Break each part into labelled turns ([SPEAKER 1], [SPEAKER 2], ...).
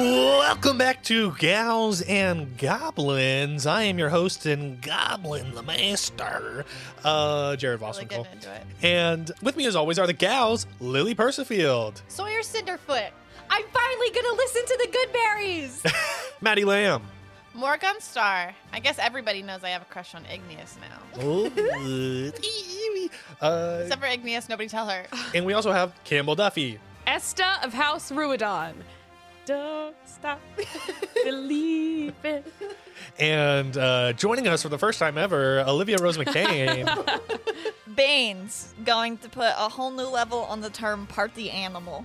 [SPEAKER 1] Welcome back to Gals and Goblins. I am your host and Goblin the Master, uh, Jared
[SPEAKER 2] Really
[SPEAKER 1] Vosswinkle.
[SPEAKER 2] getting into it.
[SPEAKER 1] and with me, as always, are the gals, Lily Persifield,
[SPEAKER 2] Sawyer Cinderfoot. I'm finally gonna listen to the good berries.
[SPEAKER 1] Maddie Lamb,
[SPEAKER 2] Morgan Star. I guess everybody knows I have a crush on Igneous now.
[SPEAKER 1] Oh, uh,
[SPEAKER 2] Except for Igneous, nobody tell her.
[SPEAKER 1] and we also have Campbell Duffy.
[SPEAKER 3] Esta of House Ruidon. Don't stop believing.
[SPEAKER 1] And uh, joining us for the first time ever, Olivia Rose McCain.
[SPEAKER 4] Bane's going to put a whole new level on the term party animal.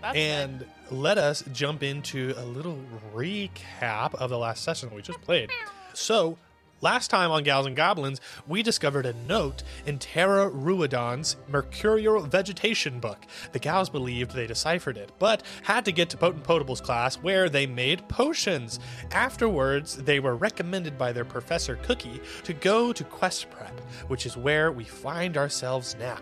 [SPEAKER 2] That's good.
[SPEAKER 1] and let us jump into a little recap of the last session that we just played. So, last time on Gals and Goblins, we discovered a note in Terra Ruidon's Mercurial Vegetation book. The gals believed they deciphered it, but had to get to Potent Potable's class where they made potions. Afterwards, they were recommended by their professor Cookie to go to Quest Prep, which is where we find ourselves now.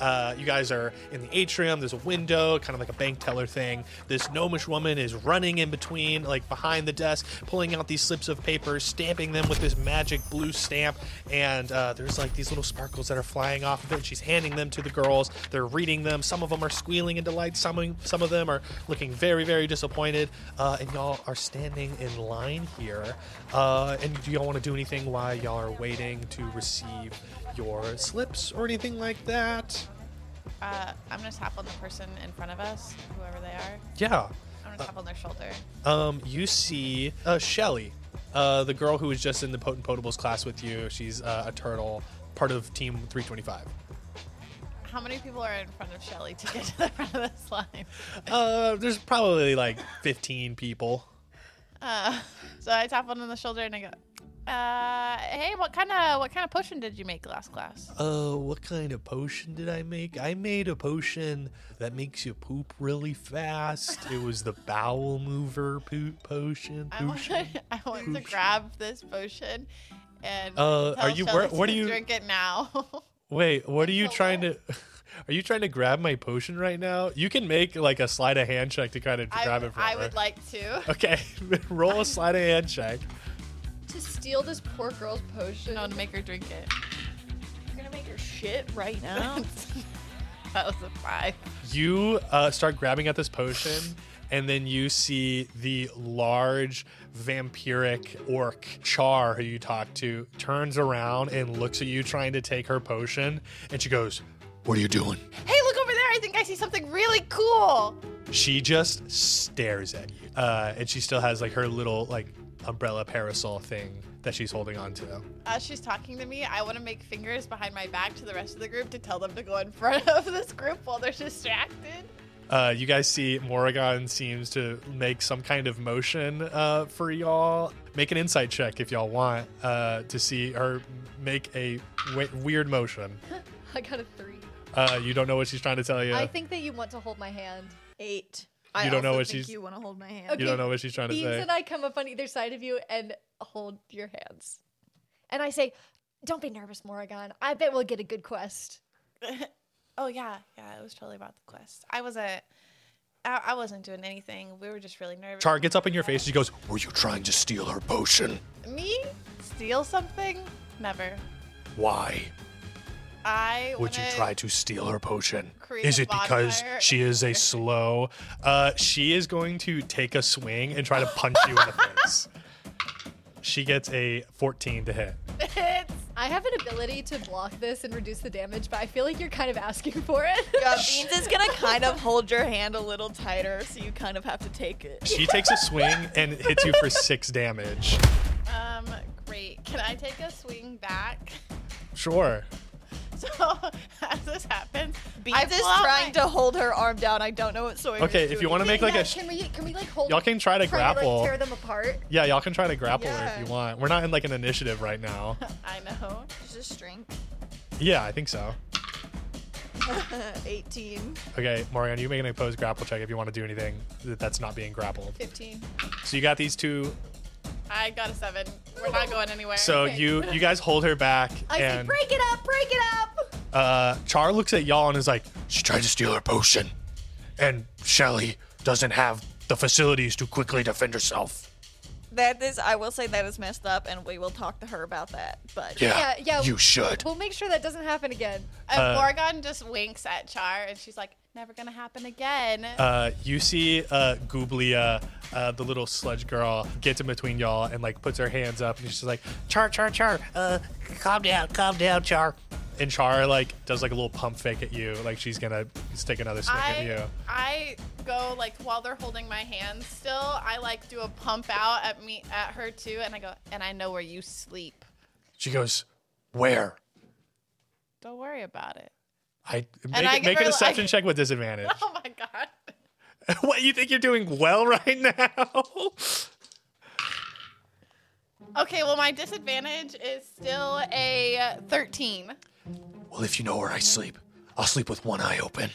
[SPEAKER 1] Uh, you guys are in the atrium. There's a window, kind of like a bank teller thing. This gnomish woman is running in between, like behind the desk, pulling out these slips of paper, stamping them with this magic blue stamp. And uh, there's like these little sparkles that are flying off of it. She's handing them to the girls. They're reading them. Some of them are squealing in delight. Some some of them are looking very very disappointed. Uh, and y'all are standing in line here. Uh, and do y'all want to do anything while y'all are waiting to receive your slips or anything like that?
[SPEAKER 2] uh, I'm gonna tap on the person in front of us, whoever they are.
[SPEAKER 1] Yeah.
[SPEAKER 2] I'm gonna tap on their shoulder.
[SPEAKER 1] Um, you see uh, Shelly, uh, the girl who was just in the Potent Potables class with you. She's uh, a turtle, part of Team 325.
[SPEAKER 2] How many people are in front of Shelly to get to the front of this line?
[SPEAKER 1] Uh, there's probably like 15 people.
[SPEAKER 2] Uh, so I tap one on the shoulder and I go, uh, "Hey, what kind of what kind of potion did you make last class?"
[SPEAKER 1] Uh, what kind of potion did I make? I made a potion that makes you poop really fast. It was the bowel mover poop potion.
[SPEAKER 2] I want,
[SPEAKER 1] potion.
[SPEAKER 2] I want to grab this potion and
[SPEAKER 1] Uh,
[SPEAKER 2] tell
[SPEAKER 1] are you-
[SPEAKER 2] Shelly
[SPEAKER 1] where- what
[SPEAKER 2] to
[SPEAKER 1] are you-
[SPEAKER 2] drink it now?
[SPEAKER 1] Wait, what are you
[SPEAKER 2] So
[SPEAKER 1] trying to? Are you trying to grab my potion right now? You can make like a slide of hand check to kind of
[SPEAKER 2] I,
[SPEAKER 1] grab it from
[SPEAKER 2] I
[SPEAKER 1] her.
[SPEAKER 2] would like to.
[SPEAKER 1] Okay, roll a slide of hand check.
[SPEAKER 5] to steal this poor girl's potion.
[SPEAKER 2] I want to make her drink it.
[SPEAKER 4] You're gonna make your shit right now.
[SPEAKER 2] That was a five.
[SPEAKER 1] You uh, start grabbing at this potion, and then you see the large vampiric orc Char, who you talked to, turns around and looks at you trying to take her potion, and she goes, "What are you doing?"
[SPEAKER 2] Hey, look over there! I think I see something really cool.
[SPEAKER 1] She just stares at you, uh, and she still has like her little like umbrella parasol thing that she's holding on to.
[SPEAKER 2] As she's talking to me, I want to make fingers behind my back to the rest of the group to tell them to go in front of this group while they're distracted.
[SPEAKER 1] Uh, you guys see Morrigan seems to make some kind of motion uh, for y'all. Make an insight check if y'all want uh, to see her make a w- weird motion.
[SPEAKER 5] I got a three.
[SPEAKER 1] Uh, you don't know what she's trying to tell you.
[SPEAKER 5] I think that you want to hold my hand.
[SPEAKER 4] Eight.
[SPEAKER 1] You don't know
[SPEAKER 4] also
[SPEAKER 1] what
[SPEAKER 4] think
[SPEAKER 1] she's-
[SPEAKER 4] You want to hold my hand?
[SPEAKER 5] Okay.
[SPEAKER 1] you don't know what she's trying to
[SPEAKER 5] Beans
[SPEAKER 1] say.
[SPEAKER 5] and I come up on either side of you and hold your hands. And I say, Don't be nervous, Morrigan. I bet we'll get a good quest.
[SPEAKER 2] Oh yeah, yeah. It was totally about the quest. I wasn't. I, I wasn't doing anything. We were just really nervous.
[SPEAKER 1] Char gets up in your face. She goes, "Were you trying to steal her potion?
[SPEAKER 2] me steal something? Never.
[SPEAKER 1] Why
[SPEAKER 2] I
[SPEAKER 1] would you
[SPEAKER 2] wanna-
[SPEAKER 1] try to steal her potion?
[SPEAKER 2] create
[SPEAKER 1] Is
[SPEAKER 2] a
[SPEAKER 1] it because
[SPEAKER 2] bonfire
[SPEAKER 1] she is a slow? Uh, she is going to take a swing and try to punch you in the face." She gets a 14 to hit.
[SPEAKER 2] It's
[SPEAKER 5] I have an ability to block this and reduce the damage, but I feel like you're kind of asking for it.
[SPEAKER 4] Yeah, Beans is gonna kind of hold your hand a little tighter, so you kind of have to take it.
[SPEAKER 1] She takes a swing and hits you for six damage.
[SPEAKER 2] um great. Can I take a swing back?
[SPEAKER 1] Sure.
[SPEAKER 2] So as this happens,
[SPEAKER 4] Beans
[SPEAKER 2] I
[SPEAKER 4] is trying to hold her arm down. I don't know what Sawyer.
[SPEAKER 1] Okay, if you want to make like a, sh-
[SPEAKER 5] Can we, can we like hold
[SPEAKER 1] y'all can try to grapple.
[SPEAKER 5] tear them apart?
[SPEAKER 1] yeah, y'all can try to grapple her
[SPEAKER 4] Yeah.
[SPEAKER 1] if you want. We're not in like an initiative right now.
[SPEAKER 2] I know.
[SPEAKER 4] to string.
[SPEAKER 1] yeah, I think so.
[SPEAKER 4] Eighteen.
[SPEAKER 1] Okay, Marion, you make an opposed grapple check if you want to do anything that- that's not being grappled.
[SPEAKER 2] Fifteen.
[SPEAKER 1] So you got these two.
[SPEAKER 2] I got a seven. We're not going anywhere.
[SPEAKER 1] So you you guys hold her back,
[SPEAKER 5] I say,
[SPEAKER 1] and
[SPEAKER 5] Break it up, break it up.
[SPEAKER 1] uh, Char looks at y'all and is like, "She tried to steal her potion, and Shelly doesn't have The facility is to quickly defend herself.
[SPEAKER 4] That is, I will say that is messed up, and we will talk to her about that. But
[SPEAKER 5] Yeah, yeah.
[SPEAKER 1] You should.
[SPEAKER 5] We'll make sure that doesn't happen again.
[SPEAKER 2] And
[SPEAKER 1] Uh,
[SPEAKER 2] Morgan just winks at Char, and she's like, "Never gonna happen again."
[SPEAKER 1] Uh, you see uh, Gooblia, uh, the little sludge girl, gets in between y'all and like puts her hands up and she's like, Char, Char, Char, uh, calm down, calm down, Char. And Char like does like a little pump fake at you, like she's gonna stick another swing
[SPEAKER 2] I,
[SPEAKER 1] at you.
[SPEAKER 2] I go like while they're holding my hand still, I like do a pump out at me at her too, and I go, and I know where you sleep.
[SPEAKER 1] She goes, Where?
[SPEAKER 2] Don't worry about it.
[SPEAKER 1] I make,
[SPEAKER 2] I
[SPEAKER 1] it,
[SPEAKER 2] give
[SPEAKER 1] make
[SPEAKER 2] her,
[SPEAKER 1] a deception
[SPEAKER 2] like-
[SPEAKER 1] check with disadvantage.
[SPEAKER 2] Oh my god.
[SPEAKER 1] what you think you're doing well right now?
[SPEAKER 2] Okay, well my disadvantage is still a uh, thirteen.
[SPEAKER 1] well, if you know where I sleep, I'll sleep with one eye open.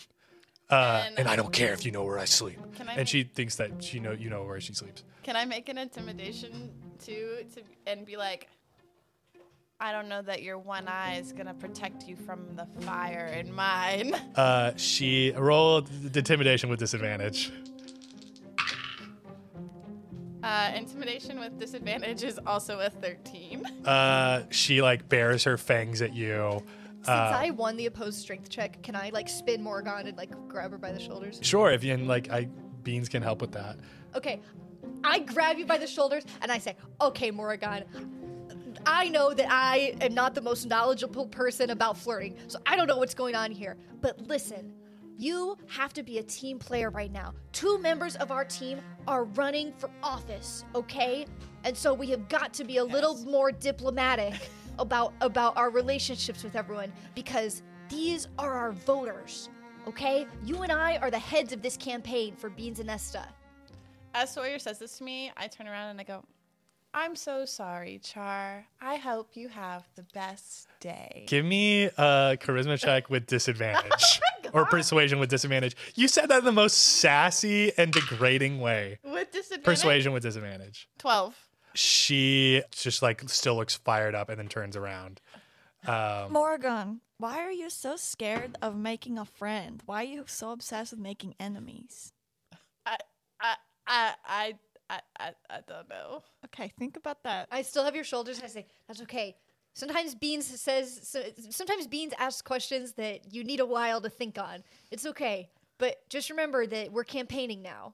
[SPEAKER 1] Uh,
[SPEAKER 2] And-
[SPEAKER 1] and I don't care if you know where I sleep.
[SPEAKER 2] Can I
[SPEAKER 1] and
[SPEAKER 2] make-
[SPEAKER 1] she thinks that she know you know where she sleeps.
[SPEAKER 2] Can I make an intimidation too to and be like, I don't know that your one eye is gonna protect you from the fire in mine.
[SPEAKER 1] Uh, she rolled the intimidation with disadvantage.
[SPEAKER 2] Uh, intimidation with disadvantage is also a thirteen.
[SPEAKER 1] Uh, she like bares her fangs at you.
[SPEAKER 5] Since
[SPEAKER 1] Uh,
[SPEAKER 5] I won the opposed strength check, can I like spin Morgan and like grab her by the shoulders?
[SPEAKER 1] Sure, if you and like I beans can help with that.
[SPEAKER 5] Okay, I grab you by the shoulders and I say, "Okay, Morgan, I know that I am not the most knowledgeable person about flirting, so I don't know what's going on here. But listen, you have to be a team player right now. Two members of our team are running for office, okay? And so we have got to be a little more diplomatic about about our relationships with everyone because these are our voters, okay? You and I are the heads of this campaign for Beans and Nesta.
[SPEAKER 2] As Sawyer says this to me, I turn around and I go, I'm so sorry, Char. I hope you have the best day.
[SPEAKER 1] Give me a charisma check with
[SPEAKER 3] Oh
[SPEAKER 1] disadvantage or persuasion with disadvantage. You said that in the most sassy and degrading way.
[SPEAKER 2] With disadvantage.
[SPEAKER 1] Persuasion with disadvantage.
[SPEAKER 2] 12.
[SPEAKER 1] She just like still looks fired up and then turns around.
[SPEAKER 4] Morgan, why are you so scared of making a friend? Why are you so obsessed with making enemies?
[SPEAKER 2] I, I, I, I, I, I, I don't know.
[SPEAKER 4] Okay, think about that.
[SPEAKER 5] I still have your shoulders, and I say that's okay. Sometimes Beans says, so- sometimes Beans asks questions that you need a while to think on. It's okay, but just remember that we're campaigning now.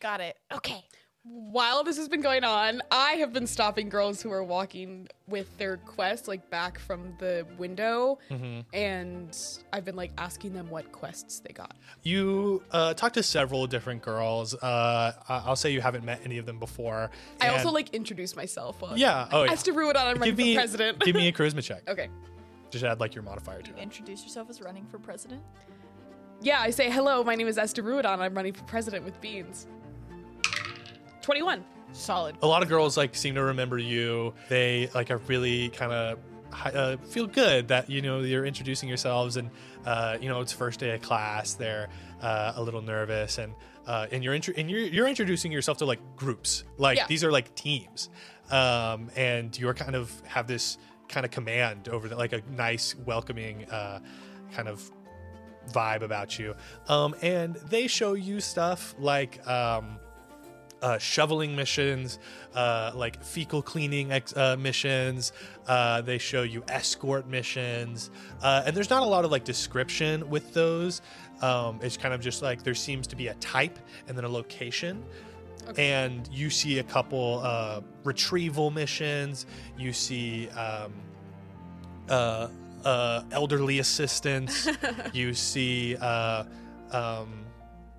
[SPEAKER 2] Got it.
[SPEAKER 5] Okay.
[SPEAKER 3] While this has been going on, I have been stopping girls who are walking with their quest, like back from the window,
[SPEAKER 1] Mm-hmm.
[SPEAKER 3] and I've been like asking them what quests they got.
[SPEAKER 1] You uh, talk to several different girls. Uh, I- I'll say you haven't met any of them before.
[SPEAKER 3] I also
[SPEAKER 1] And-
[SPEAKER 3] like introduce myself. While
[SPEAKER 1] Yeah. Oh, yeah.
[SPEAKER 3] As to Ruidon, I'm running
[SPEAKER 1] give
[SPEAKER 3] for
[SPEAKER 1] me
[SPEAKER 3] president.
[SPEAKER 1] give me a charisma check.
[SPEAKER 3] okay.
[SPEAKER 1] Just add like your modifier to
[SPEAKER 4] You
[SPEAKER 1] it.
[SPEAKER 4] introduce yourself as running for president?
[SPEAKER 3] Yeah, I say hello. My name is Esther Ruidon. I'm running for president with beans. Twenty-one.
[SPEAKER 2] Solid.
[SPEAKER 1] A lot of girls like seem to remember you. They like are really kind of uh, feel good that you know you're introducing yourselves and uh, you know it's first day of class. They're uh, a little nervous and uh, and you're intro- and you're you're introducing yourself to like groups. Like
[SPEAKER 3] Yeah.
[SPEAKER 1] these are like teams, um, and you're kind of have this kind of command over the, like a nice welcoming uh, kind of vibe about you. Um, and they show you stuff like um, uh, shoveling missions, uh, like fecal cleaning ex- uh, missions. Uh, they show you escort missions. Uh, and there's not a lot of like description with those. Um, it's kind of just like there seems to be a type and then a location. And you see a couple uh, retrieval missions. You see um, uh, uh, elderly assistance. you see uh, um,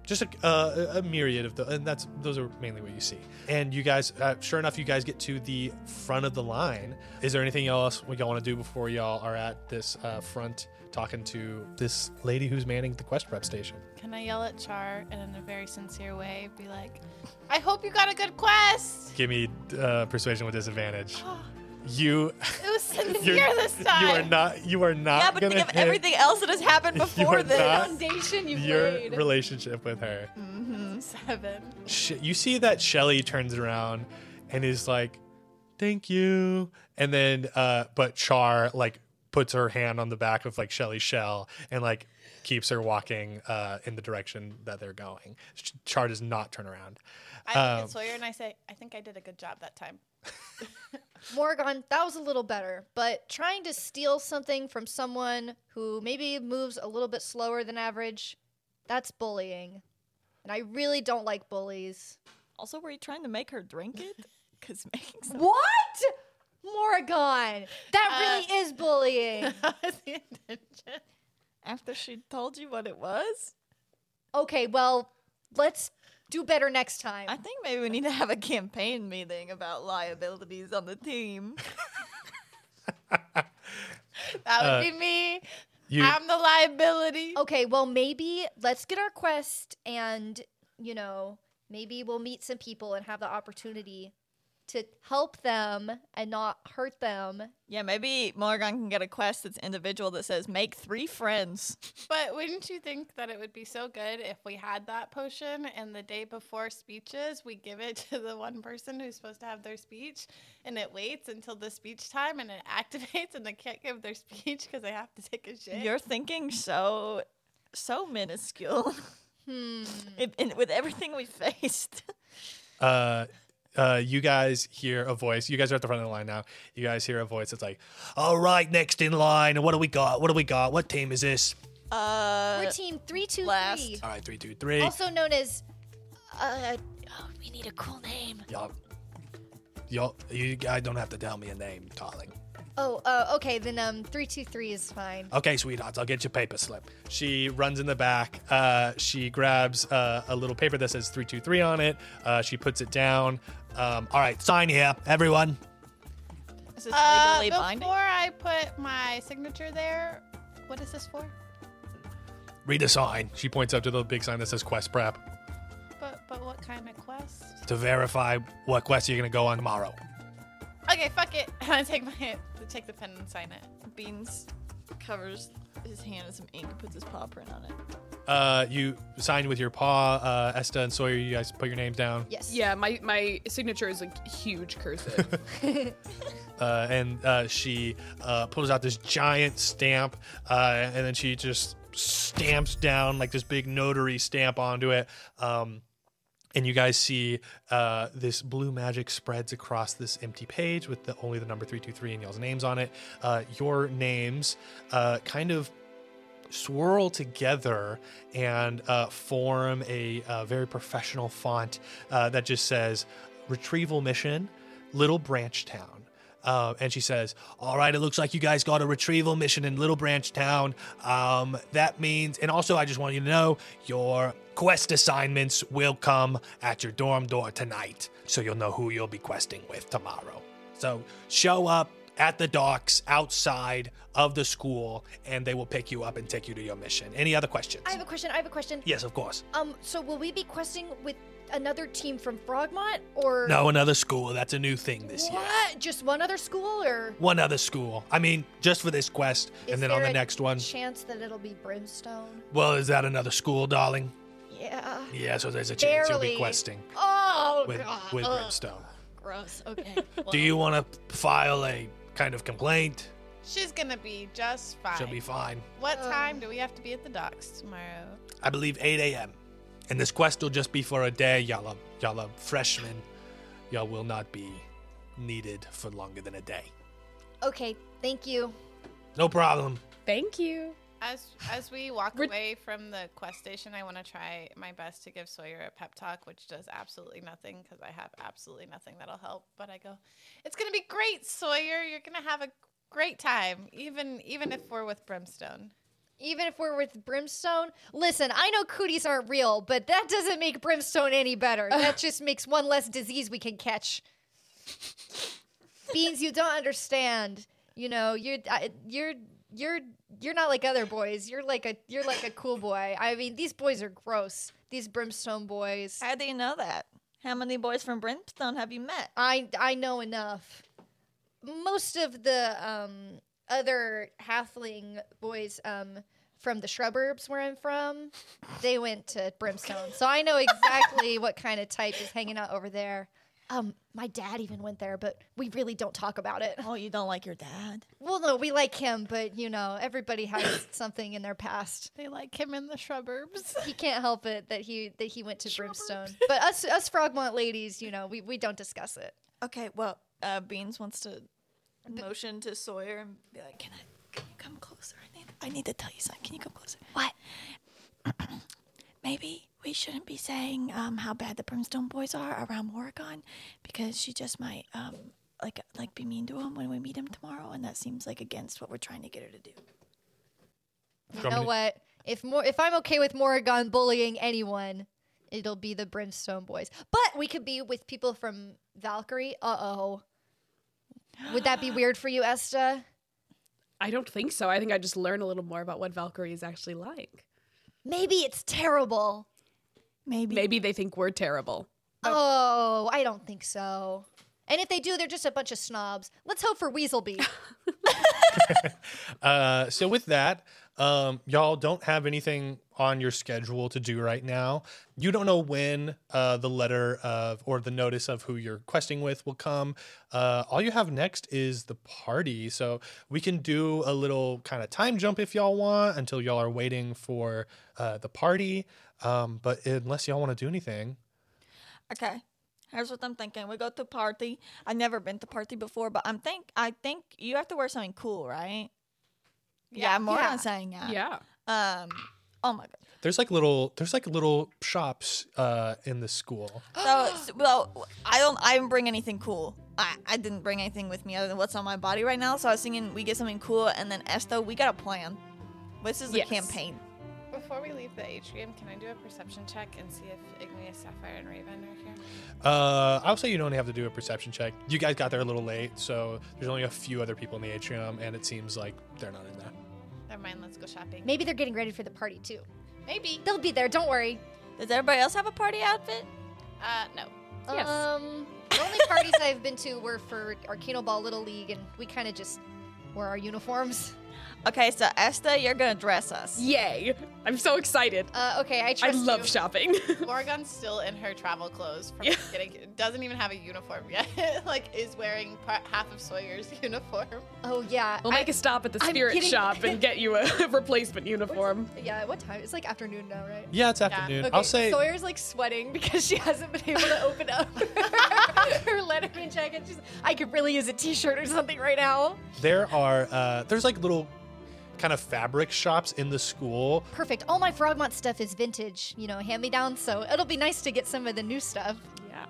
[SPEAKER 1] just a, uh, a myriad of the, and that's those are mainly what you see. And you guys, uh, sure enough, you guys get to the front of the line. Is there anything else we y'all want to do before y'all are at this uh, front talking to this lady who's manning the quest prep station?
[SPEAKER 2] Can I yell at Char and in a very sincere way be like, I hope you got a good quest?
[SPEAKER 1] Give me uh, persuasion with disadvantage. You,
[SPEAKER 2] It was
[SPEAKER 1] you're,
[SPEAKER 2] sincere this
[SPEAKER 1] you
[SPEAKER 2] time.
[SPEAKER 1] are not, you are not.
[SPEAKER 4] yeah, but think
[SPEAKER 1] gonna
[SPEAKER 4] of
[SPEAKER 1] hit
[SPEAKER 4] everything else that has happened
[SPEAKER 1] You
[SPEAKER 4] before
[SPEAKER 1] are
[SPEAKER 4] this.
[SPEAKER 1] not-
[SPEAKER 5] Foundation you
[SPEAKER 1] your relationship with her.
[SPEAKER 2] Seven.
[SPEAKER 1] Sh- you see that Shelly turns around and is like, "Thank you," and then uh, but Char like puts her hand on the back of like Shelly's shell and like keeps her walking uh, in the direction that they're going. Ch- Char does not turn around.
[SPEAKER 2] I look
[SPEAKER 1] Um,
[SPEAKER 2] at Sawyer and I say, I think I did a good job that time.
[SPEAKER 5] Morgan, that was a little better, but trying to steal something from someone who maybe moves a little bit slower than average, that's bullying. And I really don't like bullies.
[SPEAKER 4] Also, were you trying to make her drink it? Because making some
[SPEAKER 5] What? Uh, Morgan, that really is bullying.
[SPEAKER 2] That was the intention.
[SPEAKER 4] after she told you what it was,
[SPEAKER 5] Okay, well, let's do better next time.
[SPEAKER 4] I think maybe we need to have a campaign meeting about liabilities on the team.
[SPEAKER 2] That would
[SPEAKER 1] Uh,
[SPEAKER 2] be me.
[SPEAKER 1] You,
[SPEAKER 6] Um,
[SPEAKER 2] I'm the liability.
[SPEAKER 5] Okay, well, maybe let's get our quest and, you know, maybe we'll meet some people and have the opportunity to help them and not hurt them.
[SPEAKER 4] yeah, maybe Morgan can get a quest that's individual that says make three friends.
[SPEAKER 2] But wouldn't you think that it would be so good if we had that potion and the day before speeches, we give it to the one person who's supposed to have their speech and it waits until the speech time and it activates and they can't give their speech because they have to take a shit?
[SPEAKER 4] You're thinking so, so minuscule.
[SPEAKER 5] Hmm.
[SPEAKER 4] It, and with everything we faced,
[SPEAKER 1] uh, uh, you guys hear a voice. You guys are at the front of the line now. You guys hear a voice. It's like, all right, next in line. What do we got? What do we got? What team is this?
[SPEAKER 4] uh,
[SPEAKER 5] We're team 323,
[SPEAKER 4] last.
[SPEAKER 1] All right, three, two, three.
[SPEAKER 5] also known as. Uh, oh, we need a cool name.
[SPEAKER 1] y'all, y'all, you guys don't have to tell me a name, darling.
[SPEAKER 5] Oh, uh, okay, then um, 323 is fine.
[SPEAKER 4] Uh,
[SPEAKER 1] Okay, sweethearts, I'll get your paper slip. She runs in the back. Uh, she grabs uh, a little paper that says 323 on it. Uh, she puts it down. Um, all right, sign here, everyone.
[SPEAKER 4] is this
[SPEAKER 2] Uh,
[SPEAKER 4] legally
[SPEAKER 2] before
[SPEAKER 4] binding?
[SPEAKER 2] I put my signature there, what is this for?
[SPEAKER 1] Read a sign. She points up to the big sign that says quest prep
[SPEAKER 2] But but what kind of quest?
[SPEAKER 1] to verify what quest you're going to go on tomorrow.
[SPEAKER 2] Okay, fuck it. I take my take the pen and sign it.
[SPEAKER 4] Beans covers his hand in some ink, puts his paw print on it.
[SPEAKER 1] Uh, you sign with your paw. Uh, Esta and Sawyer, you guys put your names down.
[SPEAKER 5] Yes.
[SPEAKER 3] Yeah, my my signature is like huge cursive.
[SPEAKER 1] uh, and uh, she uh, pulls out this giant stamp, uh, and then she just stamps down like this big notary stamp onto it. Um, and you guys see uh, this blue magic spreads across this empty page with the, only the number 323 and y'all's names on it. Uh, your names uh, kind of swirl together and uh, form a uh, very professional font uh, that just says retrieval mission little branch town uh, and she says all right it looks like you guys got a retrieval mission in little branch town um, that means and also i just want you to know your quest assignments will come at your dorm door tonight so you'll know who you'll be questing with tomorrow so show up at the docks outside of the school, and they will pick you up and take you to your mission. Any other questions?
[SPEAKER 5] I have a question. I have a question.
[SPEAKER 1] yes, of course.
[SPEAKER 5] Um, so will we be questing with another team from Frogmont or
[SPEAKER 1] No, another school. That's a new thing this year.
[SPEAKER 5] What? Just one other school or
[SPEAKER 1] One other school. I mean, just for this quest,
[SPEAKER 5] Is
[SPEAKER 1] and then on
[SPEAKER 5] there
[SPEAKER 1] the
[SPEAKER 5] a
[SPEAKER 1] next one.
[SPEAKER 5] chance that it'll be Brimstone?
[SPEAKER 1] well, is that another school, darling?
[SPEAKER 5] Yeah.
[SPEAKER 1] Yeah, so there's a chance you'll
[SPEAKER 5] Barely.
[SPEAKER 1] be questing
[SPEAKER 5] Oh
[SPEAKER 1] with,
[SPEAKER 5] god.
[SPEAKER 1] with
[SPEAKER 5] Ugh,
[SPEAKER 1] Brimstone.
[SPEAKER 5] gross. Okay.
[SPEAKER 1] Do you want to file a kind of complaint?
[SPEAKER 2] She's gonna be just fine.
[SPEAKER 1] She'll be fine.
[SPEAKER 2] What
[SPEAKER 5] Uh.
[SPEAKER 2] time do we have to be at the docks tomorrow?
[SPEAKER 1] I believe 8 a.m. And this quest will just be for a day. Y'all are, y'all are freshmen. Y'all will not be needed for longer than a day.
[SPEAKER 5] okay, thank you.
[SPEAKER 1] No problem.
[SPEAKER 3] Thank you.
[SPEAKER 2] As as we walk
[SPEAKER 3] We're-
[SPEAKER 2] away from the quest station, I want to try my best to give Sawyer a pep talk, which does absolutely nothing because I have absolutely nothing that'll help. But I go, "It's gonna be great, Sawyer. You're gonna have a great time, even even if we're with Brimstone."
[SPEAKER 5] Even if we're with Brimstone, listen, I know cooties aren't real, but that doesn't make Brimstone any better. That just makes one less disease we can catch. Beans, you don't understand. You know, you're I- you're you're you're not like other boys. You're like a you're like a cool boy. I mean, these boys are gross. These Brimstone boys.
[SPEAKER 4] How do you know that? How many boys from Brimstone have you met?
[SPEAKER 5] I I know enough. Most of the um, other halfling boys um, from the shrubberbs where I'm from, they went to Brimstone, so I know exactly what kind of type is hanging out over there. Um, my dad even went there, but we really don't talk about it.
[SPEAKER 4] Oh, you don't like your dad?
[SPEAKER 5] Well, no, we like him, but you know, everybody has something in their past.
[SPEAKER 2] They like him in the shrubberbs.
[SPEAKER 5] He can't help it that he that he went to Brimstone. But us us Frogmont ladies, you know, we, we don't discuss it.
[SPEAKER 4] Okay, well, uh, Beans wants to motion to Sawyer and be like, "Can I? Can you come closer? I need. I need to tell you something. Can you come closer? What? Maybe we shouldn't be saying um, how bad the Brimstone Boys are around Morrigan, because she just might um, like like be mean to him when we meet him tomorrow, and that seems like against what we're trying to get her to do.
[SPEAKER 5] You know what? If more if I'm okay with Morrigan bullying anyone, it'll be the Brimstone Boys. But we could be with people from Valkyrie. Uh oh. Would that be weird for you, Esta?
[SPEAKER 3] I don't think so. I think I just learn a little more about what Valkyrie is actually like.
[SPEAKER 5] Maybe it's terrible.
[SPEAKER 4] Maybe.
[SPEAKER 3] Maybe they think we're terrible.
[SPEAKER 5] Oh, I don't think so. And if they do, they're just a bunch of snobs. Let's hope for Weaselby.
[SPEAKER 1] Uh, so with that, um, y'all don't have anything on your schedule to do right now. You don't know when uh, the letter of or the notice of who you're questing with will come. Uh, all you have next is the party, so we can do a little kind of time jump if y'all want until y'all are waiting for uh, the party. Um, but unless y'all want to do anything,
[SPEAKER 4] Okay. Here's what I'm thinking. We go to party. I've never been to party before, but I'm think I think you have to wear something cool, right? Yeah, more
[SPEAKER 5] Yeah.
[SPEAKER 4] on saying that.
[SPEAKER 3] Yeah.
[SPEAKER 4] Um. Oh my god.
[SPEAKER 1] there's like little there's like little shops uh, in the school.
[SPEAKER 4] So, s- well, I don't. I didn't bring anything cool. I, I didn't bring anything with me other than what's on my body right now. So I was thinking we get something cool, and then Esto, we got a plan. This is
[SPEAKER 3] Yes.
[SPEAKER 4] a campaign.
[SPEAKER 2] Before we leave the atrium, can I do a perception check and see if Igneous, Sapphire, and Raven are here?
[SPEAKER 1] Uh, I'll say you don't have to do a perception check. You guys got there a little late, so there's only a few other people in the atrium, and it seems like they're not in there.
[SPEAKER 2] Never mind. Let's go shopping.
[SPEAKER 5] Maybe they're getting ready for the party too.
[SPEAKER 2] Maybe.
[SPEAKER 5] They'll be there. Don't worry.
[SPEAKER 4] Does everybody else have a party outfit?
[SPEAKER 2] Uh, no.
[SPEAKER 3] Yes.
[SPEAKER 5] Um, the only parties I've been to were for our Keno Ball Little League, and we kind of just wore our uniforms.
[SPEAKER 4] Okay, so Esta, you're gonna dress us.
[SPEAKER 3] Yay. I'm so excited.
[SPEAKER 5] Uh, okay, I
[SPEAKER 3] I
[SPEAKER 5] trust
[SPEAKER 3] love
[SPEAKER 5] you.
[SPEAKER 3] shopping.
[SPEAKER 2] Morgan's still in her travel clothes from
[SPEAKER 3] Yeah.
[SPEAKER 2] getting doesn't even have a uniform yet. like is wearing part, half of Sawyer's uniform.
[SPEAKER 5] Oh yeah.
[SPEAKER 3] We'll
[SPEAKER 5] I-
[SPEAKER 3] make a stop at the
[SPEAKER 5] I'm
[SPEAKER 3] spirit
[SPEAKER 5] kidding.
[SPEAKER 3] shop and get you a replacement uniform.
[SPEAKER 5] yeah. What time? It's like afternoon now, right?
[SPEAKER 1] Yeah, it's afternoon. I'll say
[SPEAKER 5] Sawyer's like sweating because she hasn't been able to open up her, her Letterman jacket. She's, I could really use a T-shirt or something right now.
[SPEAKER 1] there are uh, there's like little kind of fabric shops in the school.
[SPEAKER 5] Perfect. All my Frogmont stuff is vintage, you know, hand me down. So it'll be nice to get some of the new stuff.
[SPEAKER 3] Yeah.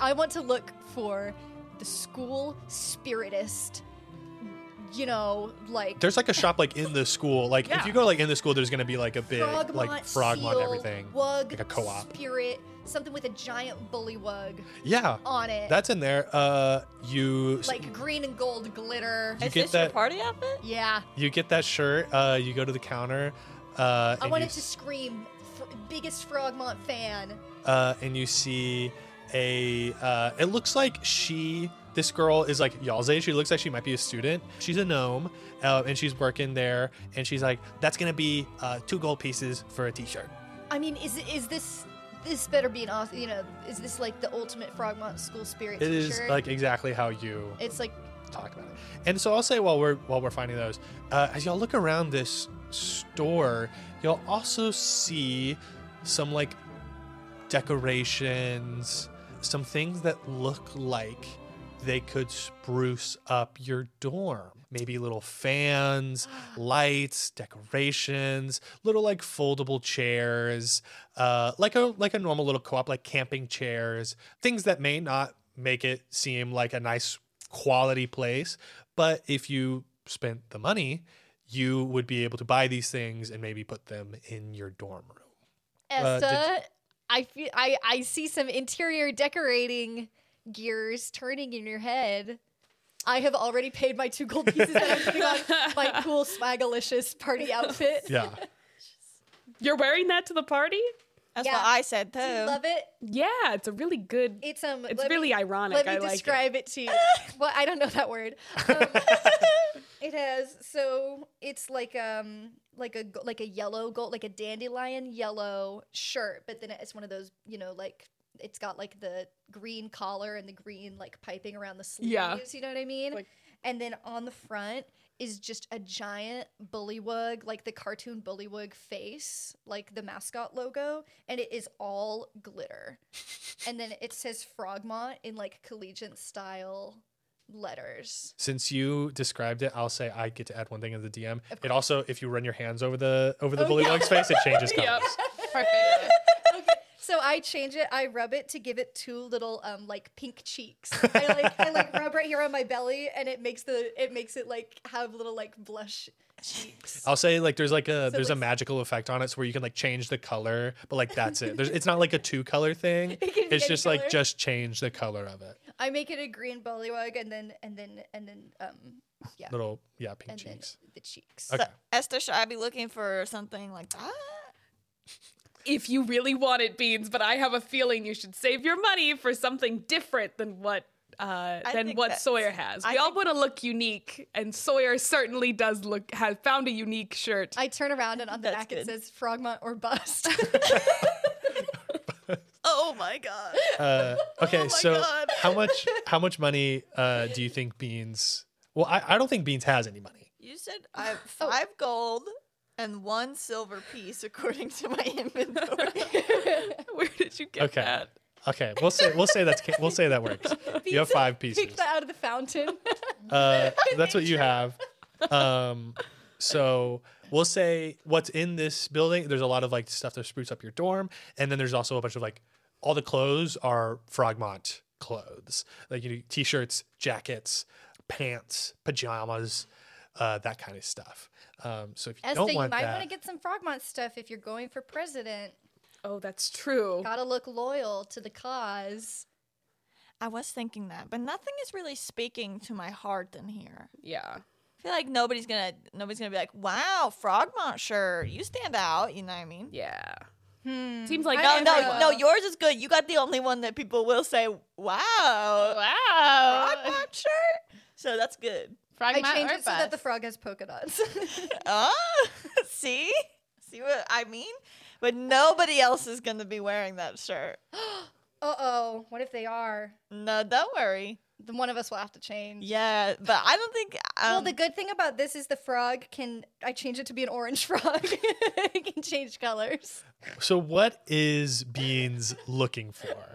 [SPEAKER 5] I want to look for the school spiritist. You know, like
[SPEAKER 1] There's like a shop like in the school. Like if
[SPEAKER 3] Yeah.
[SPEAKER 1] you go like in the school, there's gonna be like a big
[SPEAKER 5] Frogmont,
[SPEAKER 1] like frogmont
[SPEAKER 5] seal,
[SPEAKER 1] everything.
[SPEAKER 5] wug,
[SPEAKER 1] like a co-op.
[SPEAKER 5] spirit, something with a giant bullywug
[SPEAKER 1] Yeah,
[SPEAKER 5] on it,
[SPEAKER 1] that's in there. Uh, you
[SPEAKER 5] like green and gold glitter.
[SPEAKER 1] You
[SPEAKER 4] Is
[SPEAKER 1] get
[SPEAKER 4] this your
[SPEAKER 1] that-
[SPEAKER 4] party outfit?
[SPEAKER 5] Yeah,
[SPEAKER 1] you get that shirt. Uh, you go to the counter. Uh,
[SPEAKER 5] I
[SPEAKER 1] and
[SPEAKER 5] wanted
[SPEAKER 1] you
[SPEAKER 5] to scream, fr- biggest Frogmont fan.
[SPEAKER 1] uh, and you see a. Uh, it looks like she, this girl is like y'all's age. She looks like she might be a student. She's a gnome, uh, and she's working there. And she's like, "That's gonna be uh, two gold pieces for a t-shirt."
[SPEAKER 5] I mean, is is this this better be an awesome? You know, is this like the ultimate Frogmont school spirit?
[SPEAKER 1] It is
[SPEAKER 5] t-shirt?
[SPEAKER 1] like exactly how you
[SPEAKER 5] it's like
[SPEAKER 1] talk about it. And so I'll say while we're while we're finding those, uh, as y'all look around this store, you'll also see some like decorations, some things that look like they could spruce up your dorm. Maybe little fans, lights, decorations, little like foldable chairs, uh, like a like a normal little co-op, like camping chairs, things that may not make it seem like a nice quality place. But if you spent the money, you would be able to buy these things and maybe put them in your dorm room. Uh,
[SPEAKER 5] Esta,
[SPEAKER 1] did-
[SPEAKER 5] I feel I I see some interior decorating gears turning in your head. I have already paid my two gold pieces that I'm putting on my cool swagalicious party outfit.
[SPEAKER 1] Yeah.
[SPEAKER 3] You're wearing that to the party?
[SPEAKER 4] That's
[SPEAKER 5] Yeah.
[SPEAKER 4] what I said too.
[SPEAKER 5] Do you love it?
[SPEAKER 3] Yeah, it's a really good.
[SPEAKER 5] It's um.
[SPEAKER 3] It's
[SPEAKER 5] let me-
[SPEAKER 3] really ironic.
[SPEAKER 5] Let me
[SPEAKER 3] I like it.
[SPEAKER 5] describe it. to you. well, I don't know that word. Um, it has so it's like um like a go- like a yellow gold like a dandelion yellow shirt, but then it's one of those you know like it's got like the green collar and the green like piping around the sleeves.
[SPEAKER 3] Yeah.
[SPEAKER 5] You know what I mean?
[SPEAKER 3] Like-
[SPEAKER 5] and then on the front is just a giant bullywug, like the cartoon bullywug face, like the mascot logo, and it is all glitter. and then it says Frogmont in like collegiate style letters.
[SPEAKER 1] Since you described it, I'll say I get to add one thing as the DM. It also, if you run your hands over the over
[SPEAKER 5] Oh,
[SPEAKER 1] the bullywug's face, it changes colors.
[SPEAKER 3] Yep.
[SPEAKER 2] Perfect.
[SPEAKER 5] So I change it. I rub it to give it two little um like pink cheeks. I like I like rub right here on my belly, and it makes the it makes it like have little like blush cheeks.
[SPEAKER 1] I'll say like there's like a there's a
[SPEAKER 5] like-
[SPEAKER 1] magical effect on it so where you can like change the color, but like that's it. There's, it's not like a two color thing.
[SPEAKER 5] can be
[SPEAKER 1] it's
[SPEAKER 5] any
[SPEAKER 1] just like
[SPEAKER 5] color.
[SPEAKER 1] just change the color of it.
[SPEAKER 5] I make it a green bullywug, and then and then and then um yeah,
[SPEAKER 1] Little yeah, pink
[SPEAKER 5] and
[SPEAKER 1] cheeks.
[SPEAKER 5] then the cheeks.
[SPEAKER 1] Okay.
[SPEAKER 6] Esther, should I be looking for something like that?
[SPEAKER 3] If you really want it, Beans, but I have a feeling you should save your money for something different than what uh,
[SPEAKER 6] I
[SPEAKER 3] than
[SPEAKER 6] think
[SPEAKER 3] what
[SPEAKER 6] that's-
[SPEAKER 3] Sawyer has.
[SPEAKER 6] I
[SPEAKER 3] We all
[SPEAKER 6] think-
[SPEAKER 3] want to look unique, and Sawyer certainly does look has found a unique shirt.
[SPEAKER 5] I turn around and on the
[SPEAKER 6] That's
[SPEAKER 5] back it
[SPEAKER 6] good.
[SPEAKER 5] says Frogmont or bust.
[SPEAKER 6] Oh my god.
[SPEAKER 1] Uh,
[SPEAKER 5] Oh
[SPEAKER 1] okay,
[SPEAKER 6] my
[SPEAKER 1] so
[SPEAKER 6] God.
[SPEAKER 1] how much how much money uh, do you think Beans? Well, I, I don't think Beans has any money.
[SPEAKER 6] You said I have five gold and one silver piece according to my inventory.
[SPEAKER 3] Where did you get
[SPEAKER 1] Okay.
[SPEAKER 3] that?
[SPEAKER 1] Okay, we'll say we'll say that's we'll say that works. You have five pieces.
[SPEAKER 5] Pick that out of the fountain.
[SPEAKER 1] Uh, that's what you have. Um, so we'll say what's in this building. There's a lot of like stuff to spruce up your dorm, and then there's also a bunch of like all the clothes are Frogmont clothes, like you know, t-shirts, jackets, pants, pajamas, uh, that kind of stuff. Um, so if you
[SPEAKER 5] Esther,
[SPEAKER 1] don't
[SPEAKER 5] you
[SPEAKER 1] want
[SPEAKER 5] might
[SPEAKER 1] that,
[SPEAKER 5] want to get some Frogmont stuff if you're going for president.
[SPEAKER 3] Oh, that's true.
[SPEAKER 5] Gotta look loyal to the cause.
[SPEAKER 6] I was thinking that, but nothing is really speaking to my heart in here.
[SPEAKER 3] Yeah.
[SPEAKER 6] I feel like nobody's gonna nobody's gonna be like, "Wow, Frogmont shirt, you stand out." You know what I mean?
[SPEAKER 3] Yeah. Seems like
[SPEAKER 6] No,
[SPEAKER 5] I
[SPEAKER 6] no,
[SPEAKER 5] know.
[SPEAKER 6] no. Yours is good. You got the only one that people will say,
[SPEAKER 2] Oh
[SPEAKER 6] "Wow,
[SPEAKER 2] Wow.
[SPEAKER 6] Frogmont shirt." So that's good.
[SPEAKER 5] I
[SPEAKER 2] Frogmont
[SPEAKER 5] change
[SPEAKER 2] or
[SPEAKER 5] it so that the
[SPEAKER 2] bust.
[SPEAKER 5] frog has polka dots.
[SPEAKER 6] Oh, see, see what I mean? But nobody else is gonna be wearing that shirt.
[SPEAKER 5] uh oh, what if they are?
[SPEAKER 6] No, don't worry.
[SPEAKER 5] Then one of us will have to change.
[SPEAKER 6] Yeah, but I don't think. Um,
[SPEAKER 5] well, the good thing about this is the frog can. I change it to be an orange frog. it can change colors.
[SPEAKER 1] so what is Beans looking for?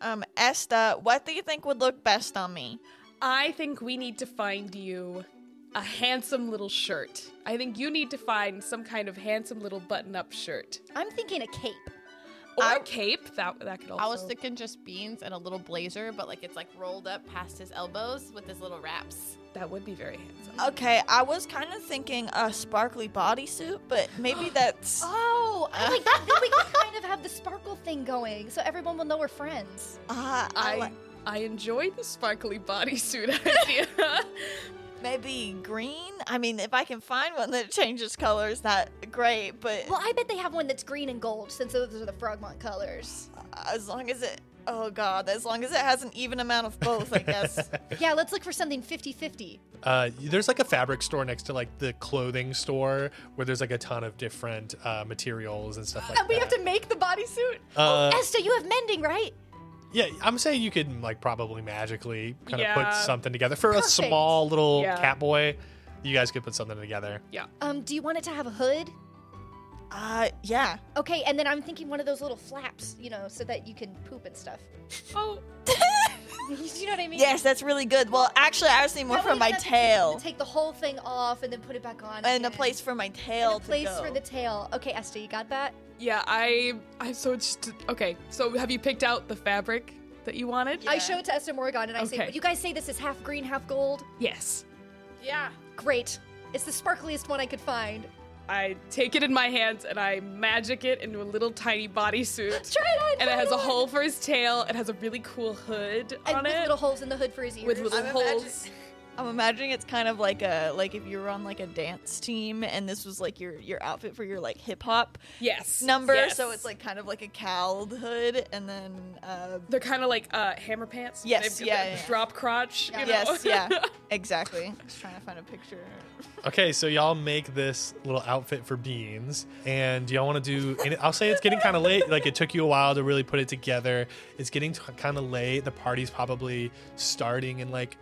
[SPEAKER 6] um, Esta, what do you think would look best on me?
[SPEAKER 3] I think we need to find you a handsome little shirt. I think you need to find some kind of handsome little button-up shirt
[SPEAKER 5] I'm thinking a cape.
[SPEAKER 3] or
[SPEAKER 6] I-
[SPEAKER 3] a cape. That that could also.
[SPEAKER 2] I was thinking just beans and a little blazer, but like it's like rolled up past his elbows with his little wraps.
[SPEAKER 3] that would be very handsome.
[SPEAKER 6] Okay, I was kind of thinking a sparkly bodysuit, but maybe that's.
[SPEAKER 5] Oh, I like that. then we can kind of have the sparkle thing going, so everyone will know we're friends.
[SPEAKER 6] Ah, I,
[SPEAKER 3] I
[SPEAKER 6] like
[SPEAKER 3] I enjoy the sparkly bodysuit idea.
[SPEAKER 6] maybe green. I mean, if I can find one that changes colors, that great. But
[SPEAKER 5] Well, I bet they have one that's green and gold, since those are the Frogmont colors.
[SPEAKER 6] as long as it, oh god, as long as it has an even amount of both, I guess.
[SPEAKER 5] Yeah, let's look for something 50-50.
[SPEAKER 1] Uh, there's like a fabric store next to like the clothing store where there's like a ton of different uh, materials and stuff like
[SPEAKER 5] And Uh, we
[SPEAKER 1] that.
[SPEAKER 5] have to make the bodysuit.
[SPEAKER 1] Uh,
[SPEAKER 5] Esther, Oh, you have mending, right?
[SPEAKER 1] yeah, I'm saying you could like probably magically kind of
[SPEAKER 3] Yeah.
[SPEAKER 1] put something together for
[SPEAKER 5] Perfect.
[SPEAKER 1] a small little
[SPEAKER 3] Yeah.
[SPEAKER 1] cat boy. You guys could put something together.
[SPEAKER 5] Um, do you want it to have a hood?
[SPEAKER 6] Uh, yeah.
[SPEAKER 5] Okay, and then I'm thinking one of those little flaps, you know, so that you can poop and stuff.
[SPEAKER 3] oh,
[SPEAKER 5] you know what I mean?
[SPEAKER 6] Yes, that's really good. Well, actually, I was thinking more
[SPEAKER 5] That way
[SPEAKER 6] for
[SPEAKER 5] you
[SPEAKER 6] my
[SPEAKER 5] don't have to
[SPEAKER 6] tail
[SPEAKER 5] Take the whole thing off and then put it back on.
[SPEAKER 6] and a
[SPEAKER 5] again.
[SPEAKER 6] place for my
[SPEAKER 5] And
[SPEAKER 6] tail
[SPEAKER 5] a place
[SPEAKER 6] to go.
[SPEAKER 5] for the tail. Okay, Esther, you got that?
[SPEAKER 3] yeah. I I so it's just okay. So have you picked out the fabric that you wanted?
[SPEAKER 5] I
[SPEAKER 6] Yeah.
[SPEAKER 5] show it to Esther Morgan and I say,
[SPEAKER 3] Okay.
[SPEAKER 5] Would you guys say this is half green, half gold?
[SPEAKER 3] Yes.
[SPEAKER 2] Yeah.
[SPEAKER 5] Great. It's the sparkliest one I could find.
[SPEAKER 3] I take it in my hands and I magic it into a little tiny bodysuit.
[SPEAKER 5] Try it on.
[SPEAKER 3] and it
[SPEAKER 5] try
[SPEAKER 3] has a
[SPEAKER 5] on.
[SPEAKER 3] hole for his tail. It has a really cool hood
[SPEAKER 5] And
[SPEAKER 3] on
[SPEAKER 5] with
[SPEAKER 3] it
[SPEAKER 5] little holes in the hood for his ears.
[SPEAKER 3] with little
[SPEAKER 6] I'm imagin-
[SPEAKER 3] holes.
[SPEAKER 6] I'm imagining it's kind of like a like if you were on like a dance team and this was like your your outfit for your like hip hop
[SPEAKER 3] Yes.
[SPEAKER 6] number.
[SPEAKER 3] Yes.
[SPEAKER 6] So it's like kind of like a cowled hood and then uh,
[SPEAKER 3] they're kind of like uh, hammer pants.
[SPEAKER 6] Yes,
[SPEAKER 3] They've-
[SPEAKER 6] yeah,
[SPEAKER 3] they've
[SPEAKER 6] yeah.
[SPEAKER 3] Drop crotch. you know?
[SPEAKER 6] yes, yeah, exactly. Just trying to find a picture.
[SPEAKER 1] Okay, so y'all make this little outfit for beans, and y'all want to do. And I'll say it's getting kind of late. Like it took you a while to really put it together. It's getting kind of late. The party's probably starting in like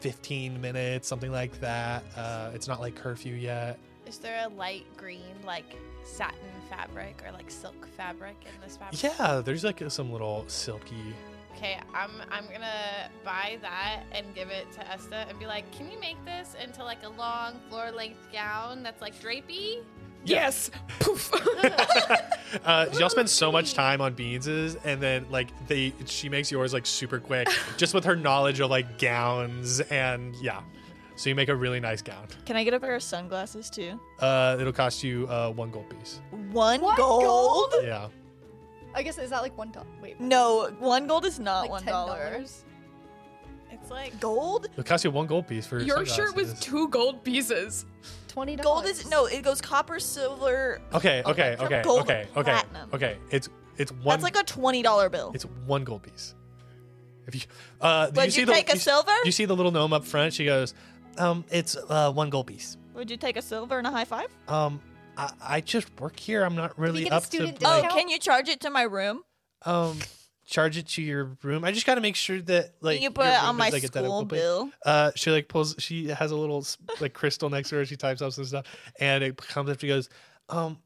[SPEAKER 1] 15 minutes, something like that. Uh, it's not like curfew yet.
[SPEAKER 2] Is there a light green, like satin fabric or like silk fabric in this fabric?
[SPEAKER 1] Yeah, there's like some little silky.
[SPEAKER 2] Okay, I'm I'm gonna buy that and give it to Esta and be like, can you make this into like a long floor length gown that's like drapey?
[SPEAKER 3] Yes. Poof.
[SPEAKER 1] Uh, y'all spend so much time on beanses, and then like they, she makes yours like super quick, just with her knowledge of like gowns and yeah. So you make a really nice gown.
[SPEAKER 6] Can I get a pair of sunglasses too?
[SPEAKER 1] Uh, it'll cost you uh, one gold piece.
[SPEAKER 6] One,
[SPEAKER 5] One
[SPEAKER 6] gold?
[SPEAKER 5] gold?
[SPEAKER 1] Yeah.
[SPEAKER 5] I guess is that like one dollar? Wait,
[SPEAKER 6] No, one gold is not
[SPEAKER 5] like
[SPEAKER 6] one
[SPEAKER 5] ten
[SPEAKER 6] dollar.
[SPEAKER 5] dollars.
[SPEAKER 2] It's like
[SPEAKER 6] Gold?
[SPEAKER 1] It'll cost you one gold piece for
[SPEAKER 3] Your shirt was
[SPEAKER 1] sunglasses.
[SPEAKER 3] two gold pieces.
[SPEAKER 5] Twenty dollars.
[SPEAKER 6] Gold is no. It goes copper, silver.
[SPEAKER 1] Okay,
[SPEAKER 6] Oh,
[SPEAKER 1] okay,
[SPEAKER 6] that's
[SPEAKER 1] okay,
[SPEAKER 6] gold
[SPEAKER 1] okay,
[SPEAKER 6] and
[SPEAKER 1] okay,
[SPEAKER 6] platinum.
[SPEAKER 1] okay. It's it's one.
[SPEAKER 6] That's like a twenty dollar bill.
[SPEAKER 1] it's one gold piece. If you, uh, do
[SPEAKER 6] Would
[SPEAKER 1] you see
[SPEAKER 6] you
[SPEAKER 1] the,
[SPEAKER 6] take a
[SPEAKER 1] you s-
[SPEAKER 6] silver?
[SPEAKER 1] You see the little gnome up front. She goes, um, it's uh one gold piece.
[SPEAKER 6] Would you take a silver and a high five?
[SPEAKER 1] Um, I, I just work here. I'm not really
[SPEAKER 5] get a
[SPEAKER 1] up to
[SPEAKER 5] student
[SPEAKER 1] like,
[SPEAKER 6] oh, can you charge it to my room?
[SPEAKER 1] um charge it to your room. I just got to make sure that like
[SPEAKER 6] can you put
[SPEAKER 1] your
[SPEAKER 6] it on
[SPEAKER 1] room
[SPEAKER 6] my
[SPEAKER 1] is, like,
[SPEAKER 6] school
[SPEAKER 1] identical, but-
[SPEAKER 6] bill?
[SPEAKER 1] Uh, she like pulls. She has a little s- like crystal next to her. She types up some stuff, and it comes up. She goes, "Um,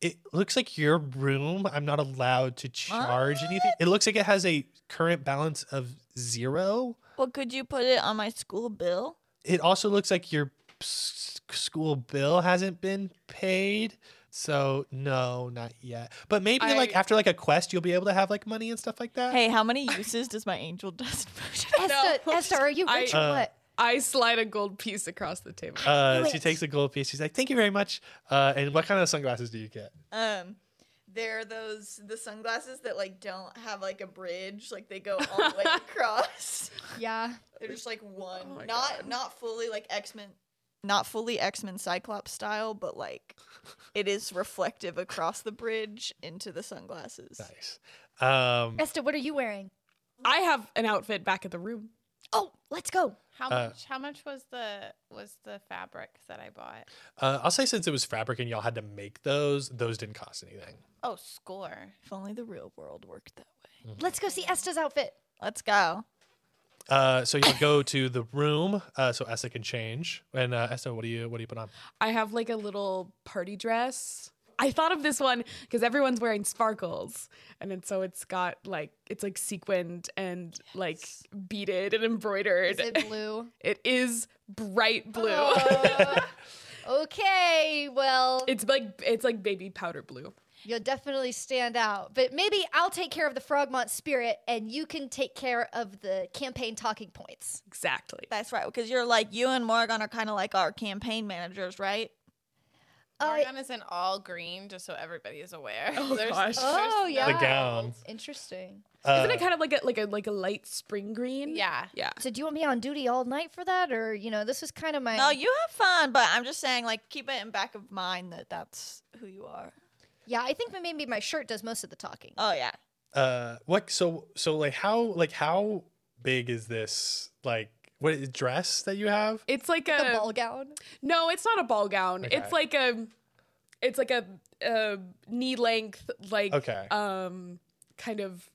[SPEAKER 1] it looks like your room. I'm not allowed to charge anything. It looks like it has a current balance of zero.
[SPEAKER 6] Well, could you put it on my school bill?
[SPEAKER 1] It also looks like your s- school bill hasn't been paid." So no, not yet. But maybe like
[SPEAKER 3] I-
[SPEAKER 1] after like a quest, you'll be able to have like money and stuff like that.
[SPEAKER 6] Hey, how many uses does my angel dust potion?
[SPEAKER 5] Esther,
[SPEAKER 3] No.
[SPEAKER 5] Esther, are you
[SPEAKER 3] I-
[SPEAKER 5] rich
[SPEAKER 1] Uh,
[SPEAKER 5] or what?
[SPEAKER 3] I slide a gold piece across the table.
[SPEAKER 1] Uh,
[SPEAKER 5] Do
[SPEAKER 1] she
[SPEAKER 5] it.
[SPEAKER 1] takes a gold piece. She's like, "Thank you very much." Uh, and what kind of sunglasses do you get?
[SPEAKER 6] Um, they're those the sunglasses that like don't have like a bridge, like they go all the way across.
[SPEAKER 5] Yeah.
[SPEAKER 6] They're just like one,
[SPEAKER 3] my
[SPEAKER 6] not not fully like X Men, not fully X Men Cyclops style, but like it is reflective across the bridge into the sunglasses.
[SPEAKER 1] Nice. Um,
[SPEAKER 5] Esther, what are you wearing?
[SPEAKER 3] I have an outfit back at the room.
[SPEAKER 5] Oh, let's go.
[SPEAKER 2] how
[SPEAKER 1] Uh,
[SPEAKER 2] much how much was the was the fabric that I bought?
[SPEAKER 1] Uh, I'll say since it was fabric and y'all had to make those, those didn't cost anything.
[SPEAKER 2] Oh, score.
[SPEAKER 6] If only the real world worked that way.
[SPEAKER 5] Let's go see Esther's outfit.
[SPEAKER 6] Let's go.
[SPEAKER 1] Uh, so y'all go to the room uh, so Essa can change. And uh, Essa, what do you what do you put on?
[SPEAKER 3] I have like a little party dress. I thought of this one because everyone's wearing sparkles, and then so it's got like it's like sequined and like beaded and embroidered.
[SPEAKER 5] Is it blue?
[SPEAKER 3] it is bright blue.
[SPEAKER 5] okay, well,
[SPEAKER 3] it's like it's like baby powder blue.
[SPEAKER 5] you'll definitely stand out. But maybe I'll take care of the Frogmont spirit and you can take care of the campaign talking points.
[SPEAKER 3] Exactly.
[SPEAKER 6] That's right, because you're like you and Morgan are kind of like our campaign managers, right?
[SPEAKER 5] I-
[SPEAKER 2] Morgan is in all green, just so everybody is aware.
[SPEAKER 3] Oh,
[SPEAKER 2] There's-
[SPEAKER 3] gosh.
[SPEAKER 2] there's
[SPEAKER 5] Uh, Oh,
[SPEAKER 2] no-
[SPEAKER 5] yeah.
[SPEAKER 1] The gown.
[SPEAKER 5] Interesting.
[SPEAKER 1] Uh,
[SPEAKER 3] Isn't it kind of like a like a like a light spring green?
[SPEAKER 2] Yeah.
[SPEAKER 3] Yeah.
[SPEAKER 5] So do you want me on duty all night for that or you know, this was kind of my
[SPEAKER 6] No, you have fun, but I'm just saying, like, keep it in back of mind that that's who you are.
[SPEAKER 5] Yeah, I think maybe my shirt does most of the talking.
[SPEAKER 6] Oh yeah,
[SPEAKER 1] uh, what? So so like how like how big is this like what dress that you have?
[SPEAKER 3] It's like a
[SPEAKER 5] the ball gown.
[SPEAKER 3] no. It's not a ball gown.
[SPEAKER 1] Okay.
[SPEAKER 3] It's like a it's like a, a knee length like
[SPEAKER 1] Okay.
[SPEAKER 3] um kind of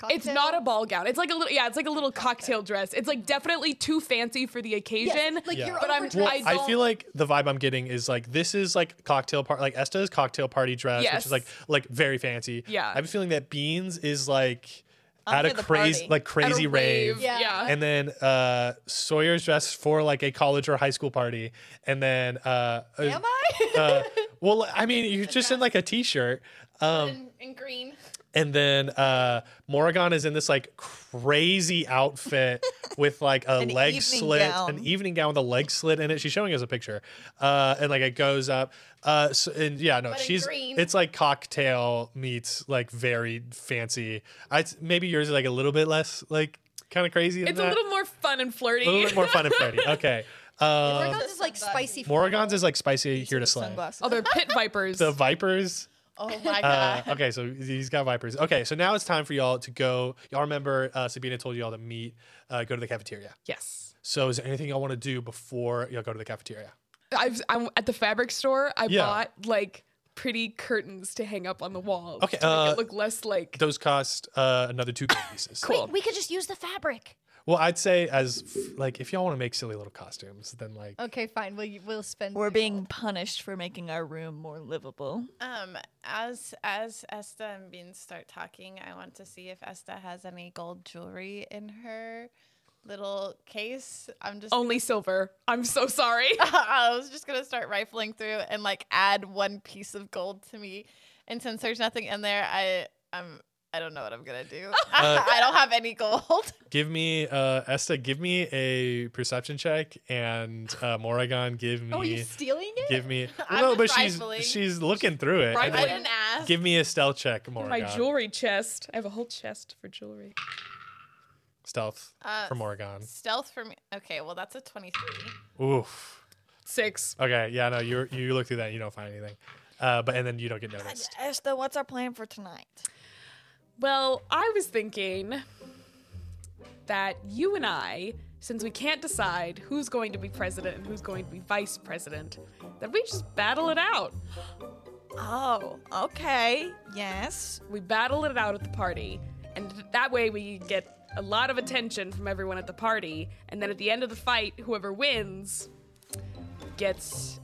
[SPEAKER 5] Cocktail.
[SPEAKER 3] It's not a ball gown. It's like a little yeah, it's like a little cocktail dress. It's like definitely too fancy for the occasion.
[SPEAKER 5] Yes, like
[SPEAKER 1] Yeah.
[SPEAKER 5] you're
[SPEAKER 3] But I'm-
[SPEAKER 5] overdressed.
[SPEAKER 3] I
[SPEAKER 1] I,
[SPEAKER 3] don't-
[SPEAKER 1] feel like the vibe I'm getting is like this is like cocktail part like Esta's cocktail party dress, which
[SPEAKER 3] Yes.
[SPEAKER 1] is like like very fancy.
[SPEAKER 3] Yeah.
[SPEAKER 1] I'm feeling that Beans is like
[SPEAKER 6] I'm
[SPEAKER 1] at a
[SPEAKER 6] for the
[SPEAKER 1] crazy
[SPEAKER 6] party.
[SPEAKER 1] like
[SPEAKER 3] at a
[SPEAKER 1] crazy rave.
[SPEAKER 5] Yeah.
[SPEAKER 3] Yeah.
[SPEAKER 1] and then uh, Sawyer's dressed for like a college or high school party, and then uh,
[SPEAKER 5] Am I?
[SPEAKER 1] uh, well, I mean, you're just in like a t-shirt, um,
[SPEAKER 2] In, in green.
[SPEAKER 1] and then uh, Morrigan is in this like crazy outfit with like a
[SPEAKER 6] An
[SPEAKER 1] leg
[SPEAKER 6] evening
[SPEAKER 1] slit,
[SPEAKER 6] gown.
[SPEAKER 1] an evening gown with a leg slit in it. She's showing us a picture, uh, and like it goes up, uh, so, and yeah, no,
[SPEAKER 2] But in
[SPEAKER 1] she's
[SPEAKER 2] green.
[SPEAKER 1] it's like cocktail meets like very fancy. I maybe yours is like a little bit less like kind of crazy. Than
[SPEAKER 3] It's a
[SPEAKER 1] that?
[SPEAKER 3] little more fun and flirty.
[SPEAKER 1] a little bit more fun and flirty. Okay. Um,
[SPEAKER 5] Oregon's is like spicy.
[SPEAKER 1] Morrigan's is like spicy here to slay.
[SPEAKER 6] Sunglasses.
[SPEAKER 3] oh, they're pit vipers.
[SPEAKER 1] The Vipers.
[SPEAKER 2] Oh my
[SPEAKER 1] Uh,
[SPEAKER 2] god.
[SPEAKER 1] okay, so he's got Vipers. Okay, so now it's time for y'all to go. Y'all remember uh, Sabina told y'all to meet, uh, go to the cafeteria.
[SPEAKER 3] yes.
[SPEAKER 1] So is there anything y'all want to do before y'all go to the cafeteria?
[SPEAKER 3] I've, I'm at the fabric store. I
[SPEAKER 1] Yeah.
[SPEAKER 3] bought like pretty curtains to hang up on the walls.
[SPEAKER 1] Okay,
[SPEAKER 3] to make
[SPEAKER 1] uh,
[SPEAKER 3] it look less like
[SPEAKER 1] Those cost uh, another two gold pieces.
[SPEAKER 3] cool.
[SPEAKER 4] We could just use the fabric.
[SPEAKER 1] Well, I'd say as f- like if y'all want to make silly little costumes, then like
[SPEAKER 5] Okay, fine. We'll we'll spend.
[SPEAKER 6] We're being punished for making our room more livable.
[SPEAKER 2] Um, as as Esta and Beans start talking, I want to see if Esta has any gold jewelry in her little case. I'm just
[SPEAKER 3] Only silver. I'm so sorry.
[SPEAKER 2] I was just gonna start rifling through and like add one piece of gold to me. And since there's nothing in there, I I'm I don't know what I'm gonna do. I don't have any gold.
[SPEAKER 1] give me uh, Esta, give me a perception check, and uh, Morrigan, give me
[SPEAKER 5] Oh, you stealing it?
[SPEAKER 1] give me.
[SPEAKER 2] I'm
[SPEAKER 1] no,
[SPEAKER 2] just
[SPEAKER 1] but she's
[SPEAKER 2] rifling.
[SPEAKER 1] she's looking through it. and,
[SPEAKER 3] Rifling.
[SPEAKER 2] I
[SPEAKER 1] like,
[SPEAKER 2] didn't ask.
[SPEAKER 1] give me a stealth check,
[SPEAKER 3] My
[SPEAKER 1] Morrigan.
[SPEAKER 3] jewelry chest. I have a whole chest for jewelry.
[SPEAKER 1] stealth
[SPEAKER 2] Uh,
[SPEAKER 1] for Morrigan.
[SPEAKER 2] Stealth for me. Okay, well that's a 23.
[SPEAKER 1] Oof.
[SPEAKER 3] Six.
[SPEAKER 1] Okay, yeah, no, you you look through that, and you don't find anything, uh, but and then you don't get noticed.
[SPEAKER 6] Esther, what's our plan for tonight?
[SPEAKER 3] Well, I was thinking that you and I, since we can't decide who's going to be president and who's going to be vice president, that we just battle it out.
[SPEAKER 6] Oh, okay. Yes.
[SPEAKER 3] We battle it out at the party, and that way we get a lot of attention from everyone at the party. And then at the end of the fight, whoever wins gets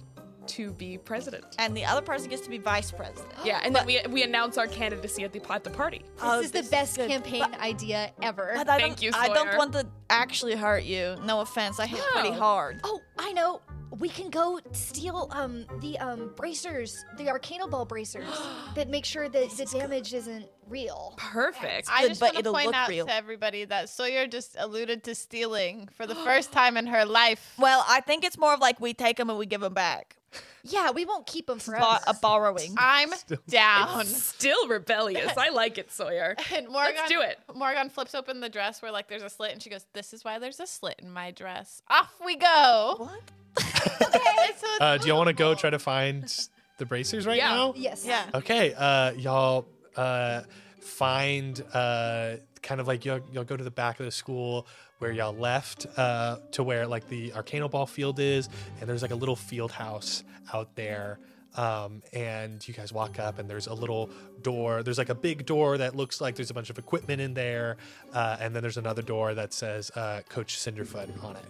[SPEAKER 3] to be president.
[SPEAKER 6] And the other person gets to be vice president.
[SPEAKER 3] Yeah, and then we, we announce our candidacy at the at the party.
[SPEAKER 5] Oh, This is the best campaign idea ever.
[SPEAKER 6] But I
[SPEAKER 3] Thank
[SPEAKER 6] don't,
[SPEAKER 3] you,
[SPEAKER 6] I don't
[SPEAKER 3] Sawyer.
[SPEAKER 6] want to actually hurt you. No offense. I hit pretty
[SPEAKER 3] No.
[SPEAKER 6] hard.
[SPEAKER 5] oh, I know. We can go steal um the um bracers, the arcano ball bracers that make sure that the damage isn't real.
[SPEAKER 3] Perfect.
[SPEAKER 2] I
[SPEAKER 6] good,
[SPEAKER 2] just
[SPEAKER 6] but
[SPEAKER 2] want to
[SPEAKER 6] it'll
[SPEAKER 2] point
[SPEAKER 6] look
[SPEAKER 2] out
[SPEAKER 6] real.
[SPEAKER 2] to everybody that Sawyer just alluded to stealing for the first time in her life.
[SPEAKER 6] Well, I think it's more of like we take them and we give them back.
[SPEAKER 5] Yeah, we won't keep them forever.
[SPEAKER 6] Bo- a borrowing.
[SPEAKER 3] Uh,
[SPEAKER 2] I'm
[SPEAKER 3] Oh,
[SPEAKER 2] down.
[SPEAKER 3] Still rebellious. I like it, Sawyer.
[SPEAKER 2] And Morgan,
[SPEAKER 3] do it.
[SPEAKER 2] Morgan flips open the dress where like there's a slit, and she goes, "This is why there's a slit in my dress." Off we go.
[SPEAKER 6] What?
[SPEAKER 2] It's so
[SPEAKER 1] Uh, do y'all want to go
[SPEAKER 2] adorable.
[SPEAKER 1] try to find the bracers right
[SPEAKER 3] Yeah.
[SPEAKER 1] now?
[SPEAKER 5] yes.
[SPEAKER 6] Yeah.
[SPEAKER 1] Okay, uh, y'all uh, find uh, kind of like y'all, y'all go to the back of the school where y'all left uh, to where like the Arcano Ball field is, and there's like a little field house out there. Um, and you guys walk up, and there's a little door. There's like a big door that looks like there's a bunch of equipment in there, uh, and then there's another door that says uh, Coach Cinderfoot on it.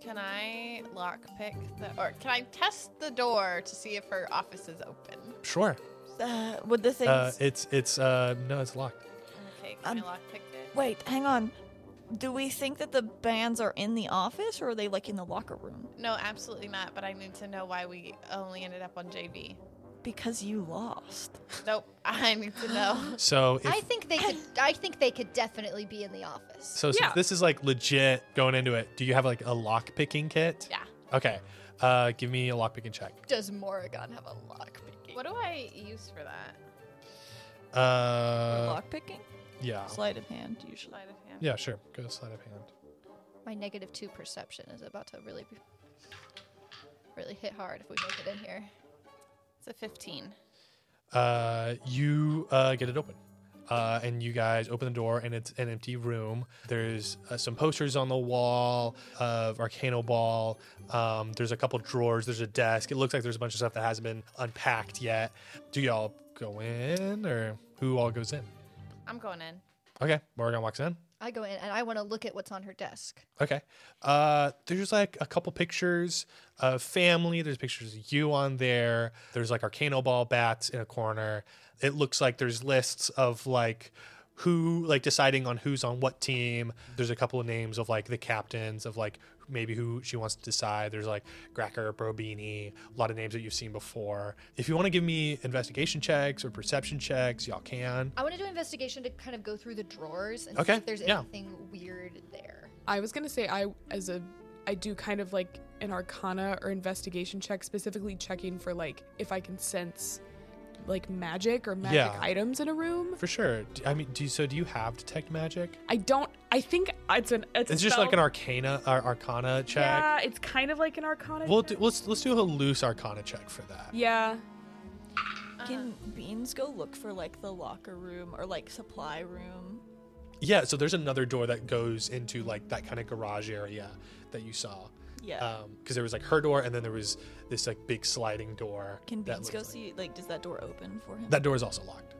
[SPEAKER 2] Can I lockpick the, or can I test the door to see if her office is open?
[SPEAKER 1] Sure.
[SPEAKER 6] Uh, with the things.
[SPEAKER 1] Uh, it's it's uh, no, it's locked.
[SPEAKER 2] Okay, can
[SPEAKER 6] Um,
[SPEAKER 2] I lockpick it?
[SPEAKER 6] Wait, hang on. Do we think that the bands are in the office or are they like in the locker room?
[SPEAKER 2] No, absolutely not. But I need to know why we only ended up on JV.
[SPEAKER 6] Because you lost.
[SPEAKER 2] Nope, I need to know.
[SPEAKER 1] So if
[SPEAKER 5] I think they could. I think they could definitely be in the office.
[SPEAKER 1] So since
[SPEAKER 3] Yeah.
[SPEAKER 1] this is like legit going into it, do you have like a lock picking kit?
[SPEAKER 2] yeah.
[SPEAKER 1] Okay. Uh, give me a lock picking check.
[SPEAKER 5] Does Morrigan have a lock picking?
[SPEAKER 2] What do I use for that?
[SPEAKER 1] Uh,
[SPEAKER 6] Lock picking?
[SPEAKER 1] yeah.
[SPEAKER 6] Sleight of hand, usually.
[SPEAKER 2] Sleight of hand.
[SPEAKER 1] Yeah, sure. Go sleight of hand.
[SPEAKER 5] My negative two perception is about to really, be, really hit hard if we make it in here.
[SPEAKER 2] It's a 15.
[SPEAKER 1] Uh, you uh, get it open. Uh, and you guys open the door, and it's an empty room. There's uh, some posters on the wall of Arcano Ball. Um, there's a couple drawers. There's a desk. It looks like there's a bunch of stuff that hasn't been unpacked yet. Do y'all go in, or who all goes in?
[SPEAKER 2] I'm going in.
[SPEAKER 1] Okay, Morgan walks in.
[SPEAKER 5] I go in and I want to look at what's on her desk.
[SPEAKER 1] Okay. Uh, there's like a couple pictures of family. There's pictures of you on there. There's like arcano ball bats in a corner. It looks like there's lists of like who like deciding on who's on what team. There's a couple of names of like the captains of like maybe who she wants to decide. There's like Gracker, Brobini, a lot of names that you've seen before. If you want to give me investigation checks or perception checks, y'all can.
[SPEAKER 5] I want to do investigation to kind of go through the drawers and
[SPEAKER 1] Okay,
[SPEAKER 5] see if there's
[SPEAKER 1] yeah.
[SPEAKER 5] anything weird there.
[SPEAKER 3] I was gonna say I as a I do kind of like an arcana or investigation check, specifically checking for like if I can sense like magic or magic
[SPEAKER 1] Yeah.
[SPEAKER 3] items in a room.
[SPEAKER 1] For sure. D- I mean, do you, so do you have detect magic?
[SPEAKER 3] I don't I think it's an it's, a
[SPEAKER 1] It's just like an
[SPEAKER 3] spell.
[SPEAKER 1] arcana or arcana check.
[SPEAKER 3] Yeah, it's kind of like an arcana.
[SPEAKER 1] We'll
[SPEAKER 3] check.
[SPEAKER 1] do, let's let's do a loose arcana check for that.
[SPEAKER 3] yeah.
[SPEAKER 6] Can
[SPEAKER 3] Uh-huh.
[SPEAKER 6] Beans go look for like the locker room or like supply room?
[SPEAKER 1] Yeah, so there's another door that goes into like that kind of garage area that you saw.
[SPEAKER 6] Yeah.
[SPEAKER 1] because there was like her door, and then there was this like big sliding door.
[SPEAKER 6] Can
[SPEAKER 1] that looks
[SPEAKER 6] Beans go
[SPEAKER 1] like-
[SPEAKER 6] see like does that door open for him?
[SPEAKER 1] That door is also locked.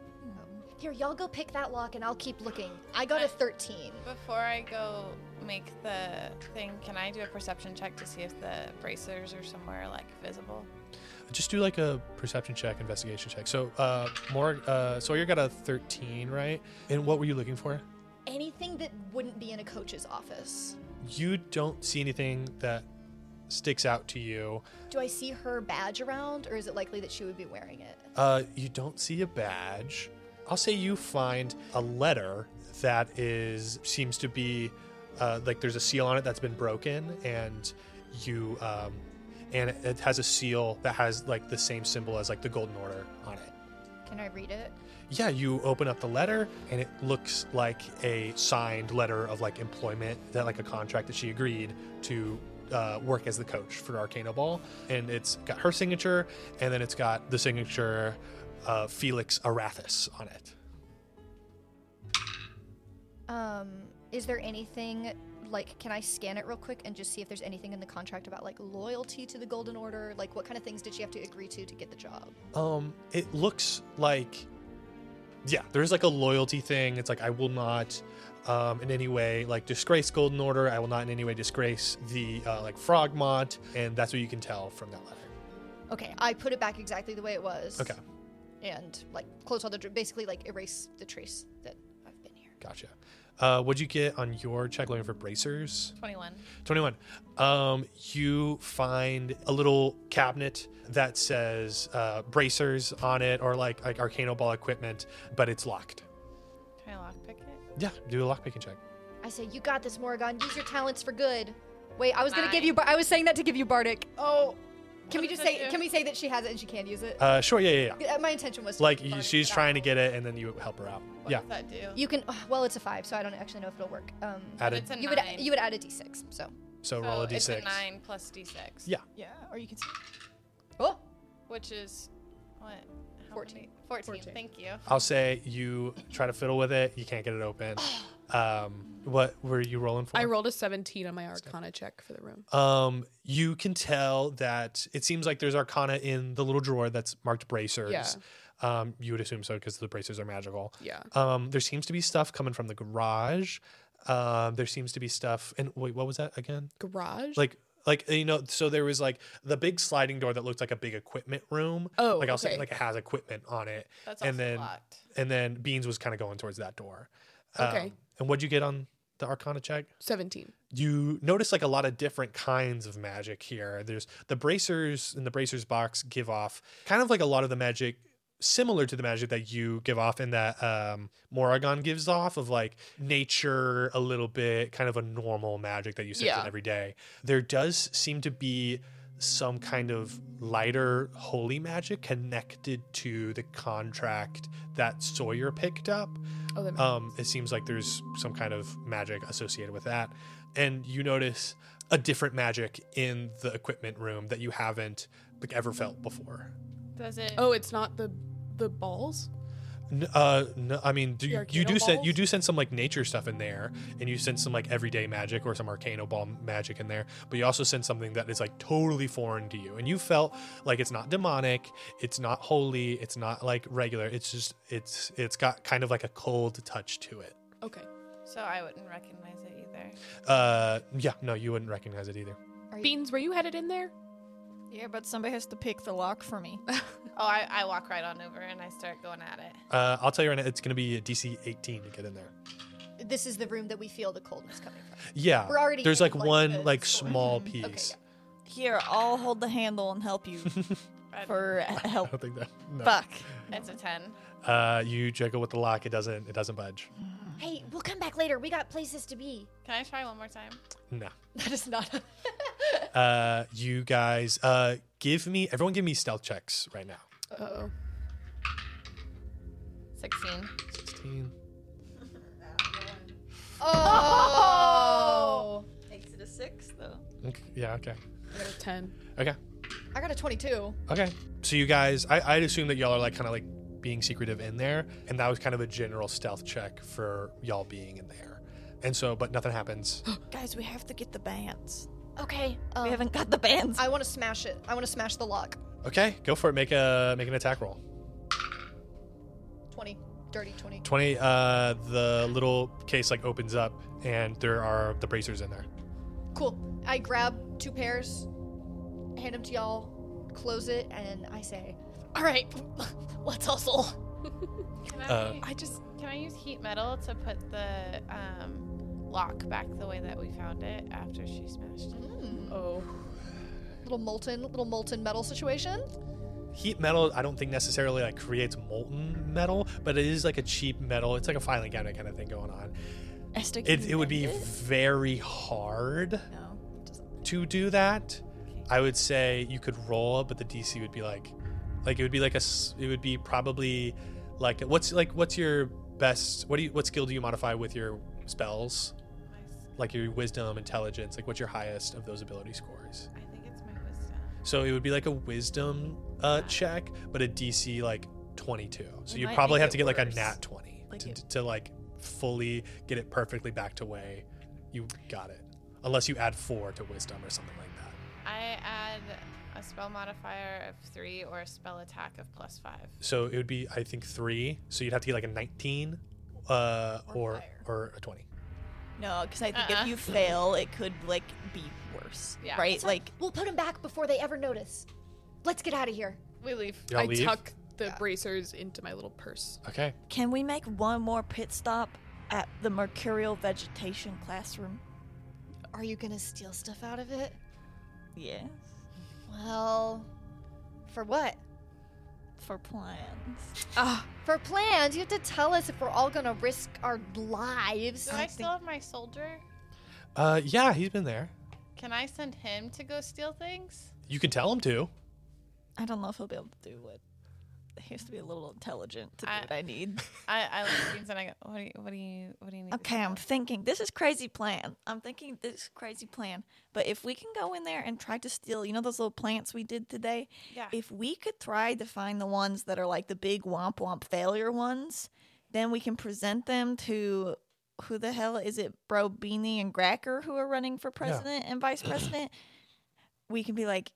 [SPEAKER 5] Here, y'all go pick that lock, and I'll keep looking. I got a thirteen.
[SPEAKER 2] Before I go make the thing, can I do a perception check to see if the bracers are somewhere like visible?
[SPEAKER 1] Just do like a perception check, investigation check. So, uh, more. Uh, Sawyer got a thirteen, right? And what were you looking for?
[SPEAKER 5] Anything that wouldn't be in a coach's office.
[SPEAKER 1] You don't see anything that sticks out to you.
[SPEAKER 5] Do I see her badge around, or is it likely that she would be wearing it?
[SPEAKER 1] Uh, you don't see a badge. I'll say you find a letter that is seems to be uh, like there's a seal on it that's been broken, and you um, and it, it has a seal that has like the same symbol as like the Golden Order on it.
[SPEAKER 5] Can I read it?
[SPEAKER 1] Yeah, you open up the letter, and it looks like a signed letter of like employment that like a contract that she agreed to. Uh, work as the coach for Arcana Ball, and it's got her signature, and then it's got the signature uh, Felix Arathis on it.
[SPEAKER 5] Um, is there anything like? Can I scan it real quick and just see if there's anything in the contract about like loyalty to the Golden Order? Like, what kind of things did she have to agree to to get the job?
[SPEAKER 1] Um, it looks like, yeah, there's like a loyalty thing. It's like I will not, um, in any way like disgrace Golden Order. I will not in any way disgrace the uh, like Frogmont, and that's what you can tell from that letter.
[SPEAKER 5] Okay, I put it back exactly the way it was.
[SPEAKER 1] Okay,
[SPEAKER 5] And like close all the dr- basically like erase the trace that I've been here.
[SPEAKER 1] gotcha. Uh, what'd you get on your check looking for bracers?
[SPEAKER 2] 21.
[SPEAKER 1] 21. Um, you find a little cabinet that says uh, bracers on it or like like arcano ball equipment, but it's locked.
[SPEAKER 2] Can I lockpick it?
[SPEAKER 1] Yeah, do a lockpicking check.
[SPEAKER 5] I say, you got this, Morgan. Use your talents for good. Wait, I was gonna give you. Bar- I was saying that to give you Bardic.
[SPEAKER 2] Oh,
[SPEAKER 5] Can we
[SPEAKER 2] What
[SPEAKER 5] just
[SPEAKER 2] does it
[SPEAKER 5] say?
[SPEAKER 2] do?
[SPEAKER 5] Can we say that she has it and she can use it?
[SPEAKER 1] Uh, sure, yeah, yeah, yeah.
[SPEAKER 5] Uh, My intention was to
[SPEAKER 1] like
[SPEAKER 5] give
[SPEAKER 1] you,
[SPEAKER 5] Bardic
[SPEAKER 1] she's
[SPEAKER 5] that.
[SPEAKER 1] trying to get it and then you help her out
[SPEAKER 2] what
[SPEAKER 1] yeah
[SPEAKER 2] does that do?
[SPEAKER 5] You can. ugh, Well, it's a five, so I don't actually know if it'll work. Um,
[SPEAKER 1] add
[SPEAKER 2] But
[SPEAKER 1] it
[SPEAKER 2] it's a
[SPEAKER 5] you would
[SPEAKER 2] nine.
[SPEAKER 5] you would add a d6.
[SPEAKER 1] so,
[SPEAKER 5] So
[SPEAKER 2] so
[SPEAKER 1] roll a
[SPEAKER 2] It's a
[SPEAKER 1] d6
[SPEAKER 2] 9 plus d6.
[SPEAKER 1] Yeah.
[SPEAKER 6] Yeah, or you can see
[SPEAKER 5] oh,
[SPEAKER 2] Which is what? How
[SPEAKER 5] 14.
[SPEAKER 2] many? 14. Thank you.
[SPEAKER 1] i'll say you try to fiddle with it you can't get it open um what were you rolling for
[SPEAKER 3] I rolled a 17 on my arcana check for the room.
[SPEAKER 1] um you can tell that it seems like there's arcana in the little drawer that's marked bracers
[SPEAKER 3] Yeah.
[SPEAKER 1] um you would assume so because the bracers are magical
[SPEAKER 3] Yeah.
[SPEAKER 1] um there seems to be stuff coming from the garage um there seems to be stuff and wait what was that again
[SPEAKER 3] Garage?
[SPEAKER 1] like like uh, you know so there was like the big sliding door that looked like a big equipment room
[SPEAKER 3] Oh,
[SPEAKER 1] like i'll say
[SPEAKER 3] okay.
[SPEAKER 1] like it has equipment on it
[SPEAKER 2] That's also
[SPEAKER 1] and then
[SPEAKER 2] locked.
[SPEAKER 1] and then beans was kind of going towards that door Um,
[SPEAKER 3] Okay.
[SPEAKER 1] and what'd you get on the arcana check
[SPEAKER 3] 17.
[SPEAKER 1] you notice like a lot of different kinds of magic here there's the bracers in the bracers box give off kind of like a lot of the magic similar to the magic that you give off and that um Moragon gives off of like nature a little bit kind of a normal magic that you sense
[SPEAKER 3] Yeah.
[SPEAKER 1] in every day there does seem to be some kind of lighter holy magic connected to the contract that Sawyer picked up
[SPEAKER 3] Oh, that makes
[SPEAKER 1] um, it seems like there's some kind of magic associated with that. And you notice a different magic in the equipment room that you haven't like ever felt before.
[SPEAKER 2] Does it?
[SPEAKER 3] Oh, it's not the the balls?
[SPEAKER 1] N- uh, no, I mean, do
[SPEAKER 3] The
[SPEAKER 1] you, you
[SPEAKER 3] arcano
[SPEAKER 1] do send
[SPEAKER 3] balls?
[SPEAKER 1] you do send some like nature stuff in there, and you send some like everyday magic or some arcano ball magic in there, but you also send something that is like totally foreign to you, and you felt like it's not demonic, it's not holy, it's not like regular, it's just it's it's got kind of like a cold touch to it.
[SPEAKER 3] Okay.
[SPEAKER 2] So I wouldn't recognize it either.
[SPEAKER 1] Uh, yeah, no, you wouldn't recognize it either.
[SPEAKER 3] Beans, were you headed in there?
[SPEAKER 6] Yeah, but somebody has to pick the lock for me.
[SPEAKER 2] Oh, I, I walk right on over and I start going at it.
[SPEAKER 1] Uh, I'll tell you right now, it's going to be a DC 18 to get in there.
[SPEAKER 5] this is the room that we feel the coldness coming from.
[SPEAKER 1] Yeah,
[SPEAKER 5] We're already
[SPEAKER 1] there's
[SPEAKER 5] in,
[SPEAKER 1] like
[SPEAKER 5] like, the
[SPEAKER 1] one like
[SPEAKER 5] store.
[SPEAKER 1] small
[SPEAKER 5] Mhm. Okay,
[SPEAKER 1] piece.
[SPEAKER 6] Here, I'll hold the handle and help you for
[SPEAKER 1] I
[SPEAKER 6] help.
[SPEAKER 1] don't think that. No.
[SPEAKER 6] Fuck.
[SPEAKER 2] It's a 10.
[SPEAKER 1] Uh, you jiggle with the lock. It doesn't. It doesn't budge.
[SPEAKER 5] Hey, we'll come back later. We got places to be.
[SPEAKER 2] Can I try one more time?
[SPEAKER 1] No.
[SPEAKER 5] That is not.
[SPEAKER 1] Uh, you guys, uh, give me everyone. Give me stealth checks right now.
[SPEAKER 3] Uh-oh.
[SPEAKER 2] 16.
[SPEAKER 1] 16.
[SPEAKER 5] oh,
[SPEAKER 1] Okay, Yeah. Okay.
[SPEAKER 3] I got a 10.
[SPEAKER 1] Okay.
[SPEAKER 5] I got a 22.
[SPEAKER 1] Okay. So you guys, I, I'd assume that y'all are like kind of like being secretive in there, and that was kind of a general stealth check for y'all being in there. And so, but nothing happens.
[SPEAKER 6] Guys, we have to get the bands.
[SPEAKER 5] Okay. Um,
[SPEAKER 6] We haven't got the bands.
[SPEAKER 5] I want to smash it. I want to smash the lock.
[SPEAKER 1] Okay, go for it. Make a make an attack roll.
[SPEAKER 5] 20. Dirty 20.
[SPEAKER 1] Twenty. Uh, the little case like opens up, and there are the bracers in there.
[SPEAKER 5] Cool. I grab two pairs, hand them to y'all, close it, and I say, All right, let's hustle.
[SPEAKER 2] Can I,
[SPEAKER 1] Uh,
[SPEAKER 3] I just.
[SPEAKER 2] can I use heat metal to put the um, lock back the way that we found it after she smashed it?
[SPEAKER 3] Oh.
[SPEAKER 5] Little molten, little molten metal situation.
[SPEAKER 1] Heat metal, I don't think necessarily like creates molten metal, but it is like a cheap metal. It's like a filing cabinet kind of thing going on.
[SPEAKER 6] Esther, can
[SPEAKER 1] It,
[SPEAKER 6] you
[SPEAKER 1] it would
[SPEAKER 6] bend
[SPEAKER 1] be
[SPEAKER 6] it?
[SPEAKER 1] very hard
[SPEAKER 6] No, it doesn't.
[SPEAKER 1] to do that. I would say you could roll, but the DC would be like, like it would be like a, s- it would be probably like what's like what's your best? What do you what skill do you modify with your spells? Like your wisdom, intelligence, like what's your highest of those ability scores?
[SPEAKER 2] I think it's my wisdom.
[SPEAKER 1] So it would be like a wisdom uh, check, but a DC like 22. So
[SPEAKER 6] It
[SPEAKER 1] you
[SPEAKER 6] might
[SPEAKER 1] probably
[SPEAKER 6] make
[SPEAKER 1] have to
[SPEAKER 6] it
[SPEAKER 1] get like a
[SPEAKER 6] worse.
[SPEAKER 1] nat 20
[SPEAKER 6] Like
[SPEAKER 1] to,
[SPEAKER 6] it-
[SPEAKER 1] to like fully get it perfectly back to way you got it. Unless you add four to wisdom or something like that.
[SPEAKER 2] I add a spell modifier of three or a spell attack of plus five.
[SPEAKER 1] So it would be I think three. So you'd have to get like a 19 uh, or or, a 20.
[SPEAKER 7] No, because I think
[SPEAKER 2] Uh-uh.
[SPEAKER 7] if you fail, it could like be worse.
[SPEAKER 2] Yeah.
[SPEAKER 7] Right? Like
[SPEAKER 5] We'll put them back before they ever notice. Let's get out of here.
[SPEAKER 2] We leave.
[SPEAKER 1] Y'all
[SPEAKER 3] I
[SPEAKER 1] leave.
[SPEAKER 3] tuck the bracers into my little purse.
[SPEAKER 1] Okay.
[SPEAKER 6] Can we make one more pit stop at the Mercurial Vegetation classroom?
[SPEAKER 5] Are you gonna steal stuff out of it?
[SPEAKER 6] Yes.
[SPEAKER 5] Well, for what?
[SPEAKER 6] For plans.
[SPEAKER 5] For plans, you have to tell us if we're all gonna risk our lives.
[SPEAKER 2] Do I still have my soldier?
[SPEAKER 1] Uh, yeah, he's been there.
[SPEAKER 2] Can I send him to go steal things?
[SPEAKER 1] You can tell him to.
[SPEAKER 6] I don't know if he'll be able to do it. He has to be a little intelligent to do
[SPEAKER 2] I-
[SPEAKER 6] what I need.
[SPEAKER 2] I, I look at Beans and I go, what do you, what do you, what do you need? to
[SPEAKER 6] Okay, I'm thinking this is crazy plan. I'm thinking this is crazy plan. But if we can go in there and try to steal, you know those little plants we did today?
[SPEAKER 2] Yeah.
[SPEAKER 6] If we could try to find the ones that are like the big womp womp failure ones, then we can present them to who the hell is it, Bro Beanie and Gracker who are running for president and vice president? we can be like,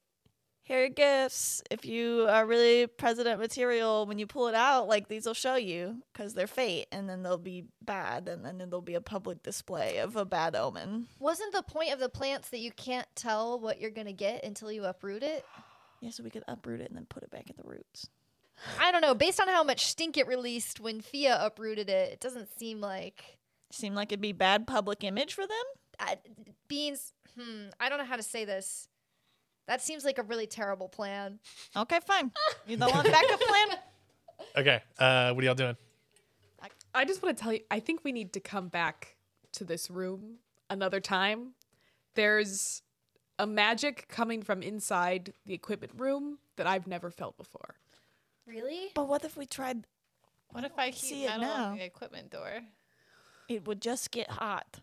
[SPEAKER 6] here are gifts. If you are really president material, when you pull it out, like these will show you because they're fate, and then they'll be bad, and then there'll be a public display of a bad omen.
[SPEAKER 5] Wasn't the point of the plants that you can't tell what you're gonna get until you uproot it?
[SPEAKER 6] Yeah, so we could uproot it and then put it back at the roots.
[SPEAKER 5] I don't know. Based on how much stink it released when Fia uprooted it, it doesn't seem like
[SPEAKER 6] Seem like it'd be bad public image for them.
[SPEAKER 5] I, beans. Hmm. I don't know how to say this. That seems like a really terrible plan.
[SPEAKER 6] Okay, fine. You don't want backup plan?
[SPEAKER 1] Okay. Uh, what are y'all doing?
[SPEAKER 3] I just want to tell you, I think we need to come back to this room another time. There's a magic coming from inside the equipment room that I've never felt before.
[SPEAKER 5] Really?
[SPEAKER 6] But what if we tried?
[SPEAKER 2] What if I
[SPEAKER 6] see
[SPEAKER 2] heat
[SPEAKER 6] it
[SPEAKER 2] metal on
[SPEAKER 6] now.
[SPEAKER 2] the equipment door?
[SPEAKER 6] It would just get hot.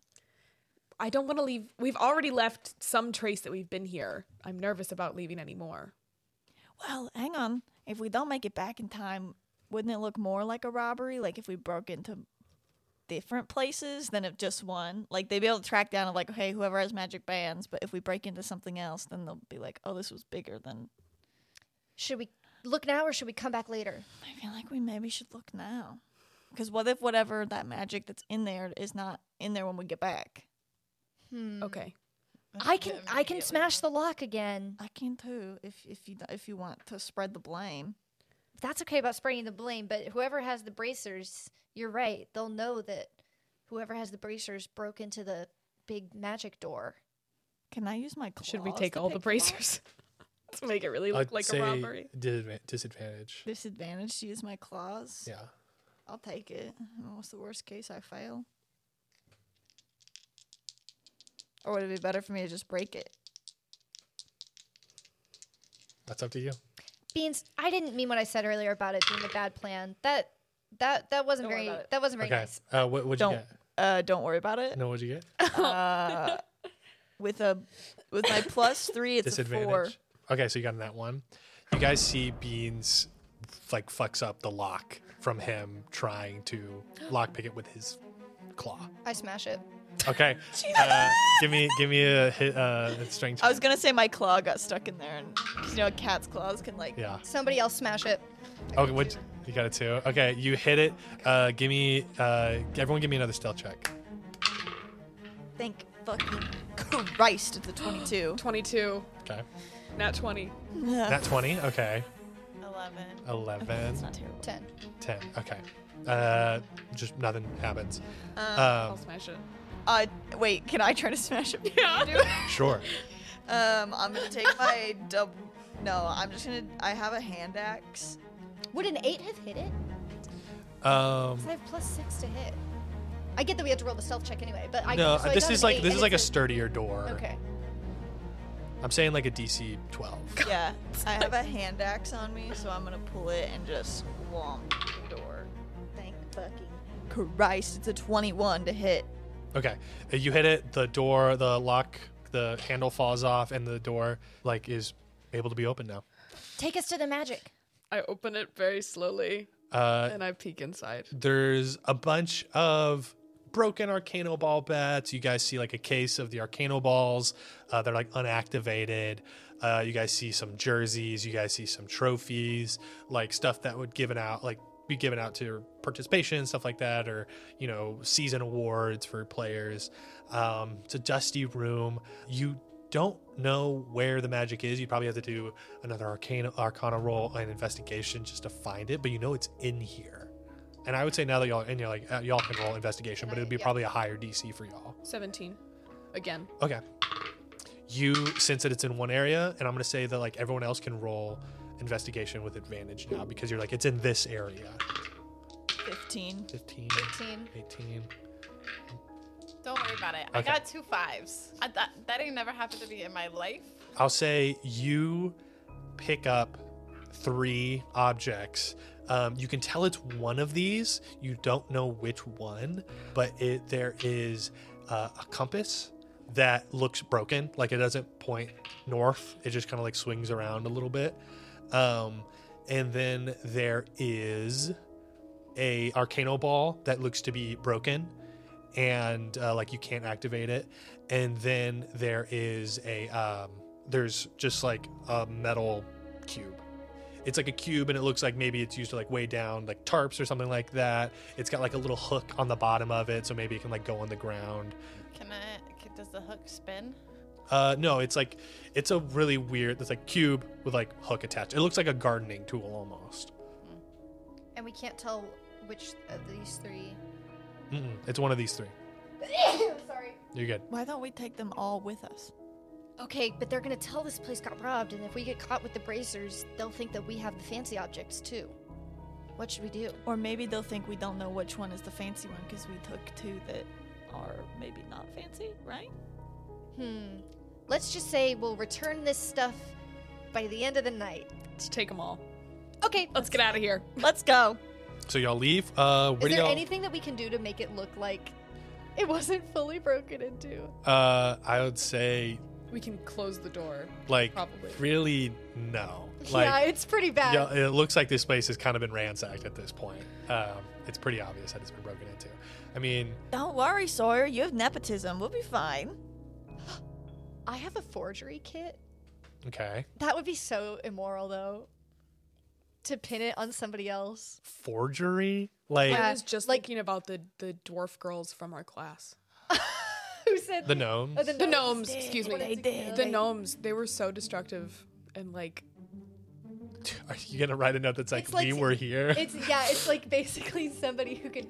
[SPEAKER 3] I don't want to leave. We've already left some trace that we've been here. I'm nervous about leaving any more.
[SPEAKER 6] Well, hang on. If we don't make it back in time, wouldn't it look more like a robbery? Like if we broke into different places than if just one? Like they'd be able to track down like, hey, whoever has magic bands, but if we break into something else, then they'll be like, oh, this was bigger than.
[SPEAKER 5] Should we look now or should we come back later?
[SPEAKER 6] I feel like we maybe should look now. Because what if whatever that magic that's in there is not in there when we get back?
[SPEAKER 5] Hmm.
[SPEAKER 3] Okay.
[SPEAKER 5] I can I can smash the lock again.
[SPEAKER 6] I can too, if if you if you want to spread the blame.
[SPEAKER 5] That's okay about spreading the blame, but whoever has the bracers, you're right. They'll know that whoever has the bracers broke into the big magic door.
[SPEAKER 6] Can I use my claws?
[SPEAKER 3] Should we take
[SPEAKER 6] to
[SPEAKER 3] all the
[SPEAKER 6] pick them up?
[SPEAKER 3] bracers to make it really look
[SPEAKER 1] I'd
[SPEAKER 3] like
[SPEAKER 1] say
[SPEAKER 3] a robbery?
[SPEAKER 1] disadva- disadvantage.
[SPEAKER 6] Disadvantage to use my claws.
[SPEAKER 1] Yeah.
[SPEAKER 6] I'll take it. What's the worst case? I fail. Or would it be better for me to just break it?
[SPEAKER 1] That's up to you.
[SPEAKER 5] Beans, I didn't mean what I said earlier about it being a bad plan. That that that wasn't
[SPEAKER 3] worry
[SPEAKER 5] very
[SPEAKER 3] about it.
[SPEAKER 5] that wasn't very
[SPEAKER 1] okay.
[SPEAKER 5] nice.
[SPEAKER 1] Uh, what would you
[SPEAKER 6] Don't
[SPEAKER 1] get?
[SPEAKER 6] uh, don't worry about it.
[SPEAKER 1] No, what'd you get?
[SPEAKER 6] Uh, with a with my plus three, it's a four.
[SPEAKER 1] disadvantage. Okay, so you got that one. You guys see Beans like fucks up the lock from him trying to lockpick it with his claw.
[SPEAKER 5] I smash it.
[SPEAKER 1] Okay, uh, give me give me a hit uh, a strength.
[SPEAKER 6] I was gonna say my claw got stuck in there, and 'cause, you know cat's claws can like.
[SPEAKER 1] yeah.
[SPEAKER 5] Somebody else smash it.
[SPEAKER 1] Okay, what you got a two? Okay, you hit it. Uh, give me uh, everyone, give me another stealth check.
[SPEAKER 6] Thank fucking Christ, it's a twenty-two.
[SPEAKER 3] 22,
[SPEAKER 1] Okay,
[SPEAKER 3] not 20.
[SPEAKER 1] Oh. not twenty. Okay,
[SPEAKER 2] 11.
[SPEAKER 1] eleven.
[SPEAKER 5] Ten.
[SPEAKER 1] 10 okay uh just nothing happens
[SPEAKER 3] I'll
[SPEAKER 5] Oh.
[SPEAKER 1] um
[SPEAKER 3] smash it.
[SPEAKER 6] Uh, wait, can I try to smash it?
[SPEAKER 1] sure
[SPEAKER 6] Um, I'm gonna take my double. No, I'm just gonna. I have a hand axe.
[SPEAKER 5] Would an eight have hit it?
[SPEAKER 1] um
[SPEAKER 5] 'Cause I have plus six to hit. I get that we have to roll the stealth check anyway, but I
[SPEAKER 1] no
[SPEAKER 5] so I
[SPEAKER 1] this
[SPEAKER 5] got
[SPEAKER 1] is
[SPEAKER 5] an
[SPEAKER 1] like
[SPEAKER 5] eight,
[SPEAKER 1] this
[SPEAKER 5] and
[SPEAKER 1] is like a
[SPEAKER 5] it's
[SPEAKER 1] sturdier door
[SPEAKER 5] Okay.
[SPEAKER 1] i'm saying like a dc 12
[SPEAKER 6] Yeah, I have a hand axe on me, so I'm gonna pull it and just womp the door. Thank fucking Christ, it's a 21 to hit.
[SPEAKER 1] okay Uh, you hit it the door the lock the handle falls off and the door like is able to be open now
[SPEAKER 5] Take us to the magic.
[SPEAKER 3] I open it very slowly
[SPEAKER 1] uh
[SPEAKER 3] and I peek inside.
[SPEAKER 1] there's a bunch of broken arcano ball bats you guys see like a case of the arcano balls uh, they're like unactivated uh, you guys see some jerseys you guys see some trophies like stuff that would given out like be given out to participation stuff like that or you know season awards for players um, it's a dusty room you don't know where the magic is you probably have to do another arcana arcana roll and investigation just to find it but you know it's in here and I would say now that y'all and you're like uh, y'all can roll investigation, but it would be probably a higher DC for y'all.
[SPEAKER 3] 17. Again.
[SPEAKER 1] Okay. You sense that it's in one area, and I'm gonna say that like everyone else can roll investigation with advantage now because you're like it's in this area.
[SPEAKER 6] 15.
[SPEAKER 1] 15,
[SPEAKER 5] 18.
[SPEAKER 1] 18.
[SPEAKER 2] Don't worry about it. I
[SPEAKER 1] Okay.
[SPEAKER 2] got two fives. I, that, that ain't never happened to me in my life.
[SPEAKER 1] I'll say you pick up three objects. Um, you can tell it's one of these. You don't know which one, but it there is uh, a compass that looks broken. Like it doesn't point north. It just kind of like swings around a little bit. Um, and then there is a arcano ball that looks to be broken and uh, like you can't activate it and then there is a um, there's just like a metal cube it's like a cube and it looks like maybe it's used to like weigh down like tarps or something like that it's got like a little hook on the bottom of it so maybe it can like go on the ground
[SPEAKER 2] Can I? c- Does the hook spin?
[SPEAKER 1] uh no it's like it's a really weird it's like cube with like hook attached it looks like a gardening tool almost
[SPEAKER 5] And we can't tell which of these three.
[SPEAKER 1] Mm-mm, it's one of these three
[SPEAKER 5] Sorry.
[SPEAKER 1] you're good
[SPEAKER 6] Why don't we take them all with us?
[SPEAKER 5] Okay, but they're gonna tell this place got robbed, and if we get caught with the bracers, they'll think that we have the fancy objects too. What should we do?
[SPEAKER 6] Or maybe they'll think we don't know which one is the fancy one because we took two that are maybe not fancy, right?
[SPEAKER 5] Hmm. Let's just say we'll return this stuff by the end of the night.
[SPEAKER 3] Let's take them all.
[SPEAKER 5] Okay.
[SPEAKER 3] Let's get out of here.
[SPEAKER 6] Let's go.
[SPEAKER 1] so y'all leave uh where
[SPEAKER 5] Is
[SPEAKER 1] do
[SPEAKER 5] there
[SPEAKER 1] y'all
[SPEAKER 5] anything that we can do to make it look like it wasn't fully broken into?
[SPEAKER 1] uh i would say
[SPEAKER 3] We can close the door.
[SPEAKER 1] like
[SPEAKER 3] Probably.
[SPEAKER 1] really no
[SPEAKER 5] yeah,
[SPEAKER 1] like
[SPEAKER 5] it's pretty bad.
[SPEAKER 1] yeah, it looks like this place has kind of been ransacked at this point um, it's pretty obvious that it's been broken into i mean
[SPEAKER 6] Don't worry, Sawyer. You have nepotism. We'll be fine.
[SPEAKER 5] I have a forgery kit.
[SPEAKER 1] okay
[SPEAKER 5] That would be so immoral, though, to pin it on somebody else.
[SPEAKER 1] forgery like
[SPEAKER 5] Yeah.
[SPEAKER 3] I was just
[SPEAKER 5] like-
[SPEAKER 3] thinking about the, the dwarf girls from our class.
[SPEAKER 5] Who said
[SPEAKER 1] the gnomes
[SPEAKER 5] Oh, the
[SPEAKER 3] The
[SPEAKER 5] gnome.
[SPEAKER 3] gnomes, excuse me.
[SPEAKER 6] They did.
[SPEAKER 3] The gnomes, they were so destructive and like
[SPEAKER 1] are you gonna write a note that's like,
[SPEAKER 5] It's like-
[SPEAKER 1] we were here
[SPEAKER 5] It's yeah, it's like basically somebody who can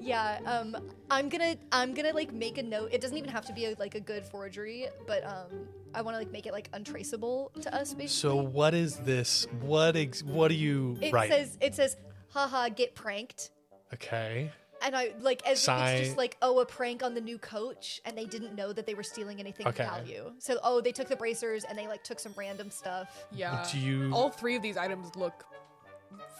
[SPEAKER 5] yeah, um I'm gonna I'm gonna like make a note. It doesn't even have to be a, like a good forgery, but um I wanna like make it like untraceable to us basically.
[SPEAKER 1] so what is this what ex- what do you
[SPEAKER 5] it
[SPEAKER 1] write
[SPEAKER 5] says it says haha get pranked.
[SPEAKER 1] okay
[SPEAKER 5] And I like as if it's
[SPEAKER 1] Sigh.
[SPEAKER 5] just like oh a prank on the new coach and they didn't know that they were stealing anything
[SPEAKER 1] Okay.
[SPEAKER 5] of value. So oh they took the bracers and they like took some random stuff.
[SPEAKER 3] yeah.
[SPEAKER 1] do you
[SPEAKER 3] All three of these items look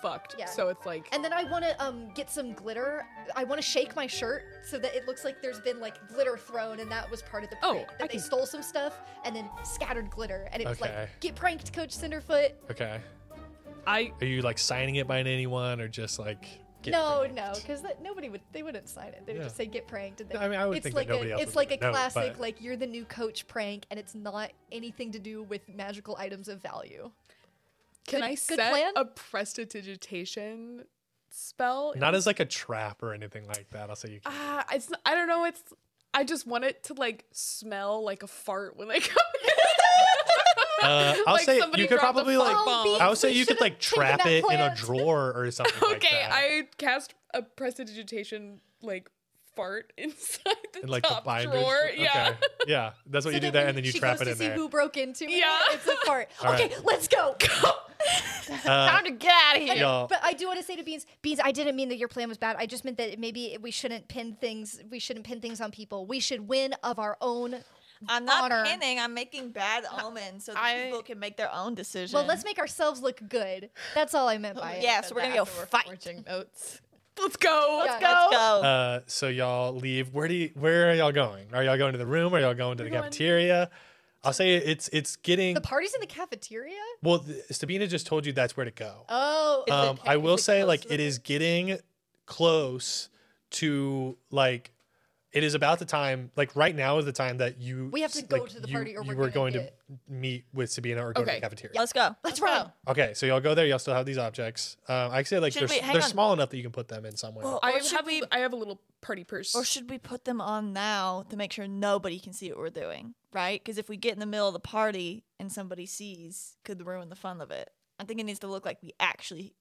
[SPEAKER 3] fucked.
[SPEAKER 5] Yeah.
[SPEAKER 3] So it's like,
[SPEAKER 5] And then I want to um, get some glitter. I want to shake my shirt so that it looks like there's been like glitter thrown, and that was part of the
[SPEAKER 3] Oh,
[SPEAKER 5] prank.
[SPEAKER 3] I
[SPEAKER 5] that they
[SPEAKER 3] can-
[SPEAKER 5] stole some stuff and then scattered glitter, and it was
[SPEAKER 1] Okay.
[SPEAKER 5] like get pranked, Coach Cinderfoot.
[SPEAKER 1] Okay.
[SPEAKER 3] I
[SPEAKER 1] Are you like signing it by anyone or just like? get
[SPEAKER 5] no,
[SPEAKER 1] pranked?
[SPEAKER 5] no, because nobody would. They wouldn't sign it. They would
[SPEAKER 1] Yeah.
[SPEAKER 5] just say get pranked. And they,
[SPEAKER 1] I mean, I would
[SPEAKER 5] it's
[SPEAKER 1] think that
[SPEAKER 5] like
[SPEAKER 1] nobody
[SPEAKER 5] a,
[SPEAKER 1] else
[SPEAKER 5] It's
[SPEAKER 1] would
[SPEAKER 5] like a
[SPEAKER 1] know,
[SPEAKER 5] classic,
[SPEAKER 1] but-
[SPEAKER 5] like you're the new coach prank, and it's not anything to do with magical items of value.
[SPEAKER 3] can
[SPEAKER 5] Good-
[SPEAKER 3] I
[SPEAKER 5] good
[SPEAKER 3] set
[SPEAKER 5] plan?
[SPEAKER 3] a prestidigitation spell?
[SPEAKER 1] Not as like a trap or anything like that. I'll say you. Can.
[SPEAKER 3] Ah, it's I don't know. It's I just want it to like smell like a fart when they come. in.
[SPEAKER 1] Uh, I'll
[SPEAKER 3] Like
[SPEAKER 1] say
[SPEAKER 3] somebody
[SPEAKER 1] you could
[SPEAKER 3] dropped a
[SPEAKER 1] probably like.
[SPEAKER 5] Oh,
[SPEAKER 3] fart bomb.
[SPEAKER 1] I would say
[SPEAKER 5] We
[SPEAKER 1] you could
[SPEAKER 5] should've
[SPEAKER 1] like
[SPEAKER 5] taken
[SPEAKER 1] trap
[SPEAKER 5] that
[SPEAKER 1] it in a
[SPEAKER 5] plant.
[SPEAKER 1] drawer or something. like
[SPEAKER 3] okay,
[SPEAKER 1] that.
[SPEAKER 3] I cast a prestidigitation like fart inside the
[SPEAKER 1] and like the
[SPEAKER 3] top
[SPEAKER 1] binders.
[SPEAKER 3] drawer. Yeah.
[SPEAKER 1] Okay. Yeah, that's what
[SPEAKER 5] So
[SPEAKER 1] you do
[SPEAKER 5] that
[SPEAKER 1] there,
[SPEAKER 5] when
[SPEAKER 1] and then you
[SPEAKER 5] she
[SPEAKER 1] trap
[SPEAKER 5] goes
[SPEAKER 1] it in
[SPEAKER 5] to see
[SPEAKER 1] there.
[SPEAKER 5] Who broke into it?
[SPEAKER 3] Yeah.
[SPEAKER 5] It's a part.
[SPEAKER 1] All
[SPEAKER 5] okay,
[SPEAKER 1] right.
[SPEAKER 5] let's go.
[SPEAKER 1] Uh,
[SPEAKER 2] Time to get out of here.
[SPEAKER 1] y'all,
[SPEAKER 5] But I do want to say to Beans, Beans, I didn't mean that your plan was bad. I just meant that maybe we shouldn't pin things. We shouldn't pin things on people. We should win of our own.
[SPEAKER 4] I'm not
[SPEAKER 5] Honor.
[SPEAKER 4] pinning. I'm making bad omens so that
[SPEAKER 2] I-
[SPEAKER 4] people can make their own decisions.
[SPEAKER 5] Well, let's make ourselves look good. That's all I meant by it.
[SPEAKER 4] Yeah, so we're gonna go fight.
[SPEAKER 2] Forging notes.
[SPEAKER 3] Let's go.
[SPEAKER 5] Yeah.
[SPEAKER 4] Let's go.
[SPEAKER 1] uh, so y'all leave. Where do you, where are y'all going? Are y'all going to the room? Are y'all going to the
[SPEAKER 3] going-
[SPEAKER 1] cafeteria? I'll say it's it's getting
[SPEAKER 5] The party's in the cafeteria.
[SPEAKER 1] well. th- Sabina just told you that's where to go.
[SPEAKER 5] Oh,
[SPEAKER 1] um, I will say like it is getting close to like it is about the time like right now is the time that you
[SPEAKER 5] We have to
[SPEAKER 1] s-
[SPEAKER 5] go
[SPEAKER 1] like,
[SPEAKER 5] to the
[SPEAKER 1] you-
[SPEAKER 5] party or
[SPEAKER 1] you
[SPEAKER 5] we're
[SPEAKER 1] were
[SPEAKER 5] gonna
[SPEAKER 1] going
[SPEAKER 5] get-
[SPEAKER 1] to meet with Sabina or go to
[SPEAKER 3] Okay.
[SPEAKER 1] the cafeteria.
[SPEAKER 4] Let's go.
[SPEAKER 5] Let's run.
[SPEAKER 1] Okay, so y'all go there. Y'all still have these objects. Um, I say like
[SPEAKER 4] Should
[SPEAKER 1] they're,
[SPEAKER 4] we-
[SPEAKER 1] s-
[SPEAKER 4] hang
[SPEAKER 1] they're
[SPEAKER 4] on.
[SPEAKER 1] small enough that you can put them in somewhere.
[SPEAKER 4] Well,
[SPEAKER 3] I
[SPEAKER 4] or
[SPEAKER 3] have
[SPEAKER 4] should we,
[SPEAKER 3] I have a little party purse.
[SPEAKER 4] or should we put them on now to make sure nobody can see what we're doing, right? Because if we get in the middle of the party and somebody sees, could ruin the fun of it. I think it needs to look like we actually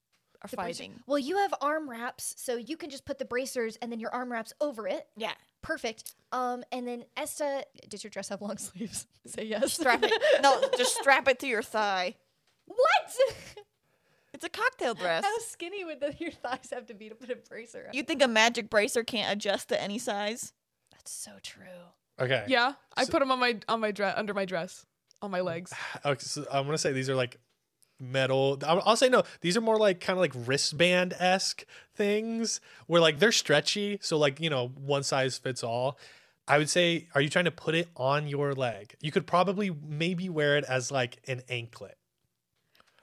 [SPEAKER 4] are
[SPEAKER 5] The bracer-
[SPEAKER 4] fighting.
[SPEAKER 5] Well, you have arm wraps, so you can just put the bracers and then your arm wraps over it.
[SPEAKER 4] Yeah.
[SPEAKER 5] Perfect. Um, and then Esta, does your dress have long sleeves? Say yes.
[SPEAKER 4] Strap it. No, just strap it to your thigh.
[SPEAKER 5] what?
[SPEAKER 4] It's a cocktail dress.
[SPEAKER 5] How skinny would the, your thighs have to be to put a bracer? on?
[SPEAKER 4] You think a magic bracer can't adjust to any size?
[SPEAKER 5] That's so true.
[SPEAKER 1] okay.
[SPEAKER 3] yeah, I
[SPEAKER 1] So-
[SPEAKER 3] put them on my on my dress under my dress on my legs.
[SPEAKER 1] Okay, so I'm gonna say these are like metal. I'll I'll say no. These are more like kind of like wristband esque things where like they're stretchy, so like you know one size fits all. I would say, are you trying to put it on your leg? You could probably maybe wear it as like an anklet.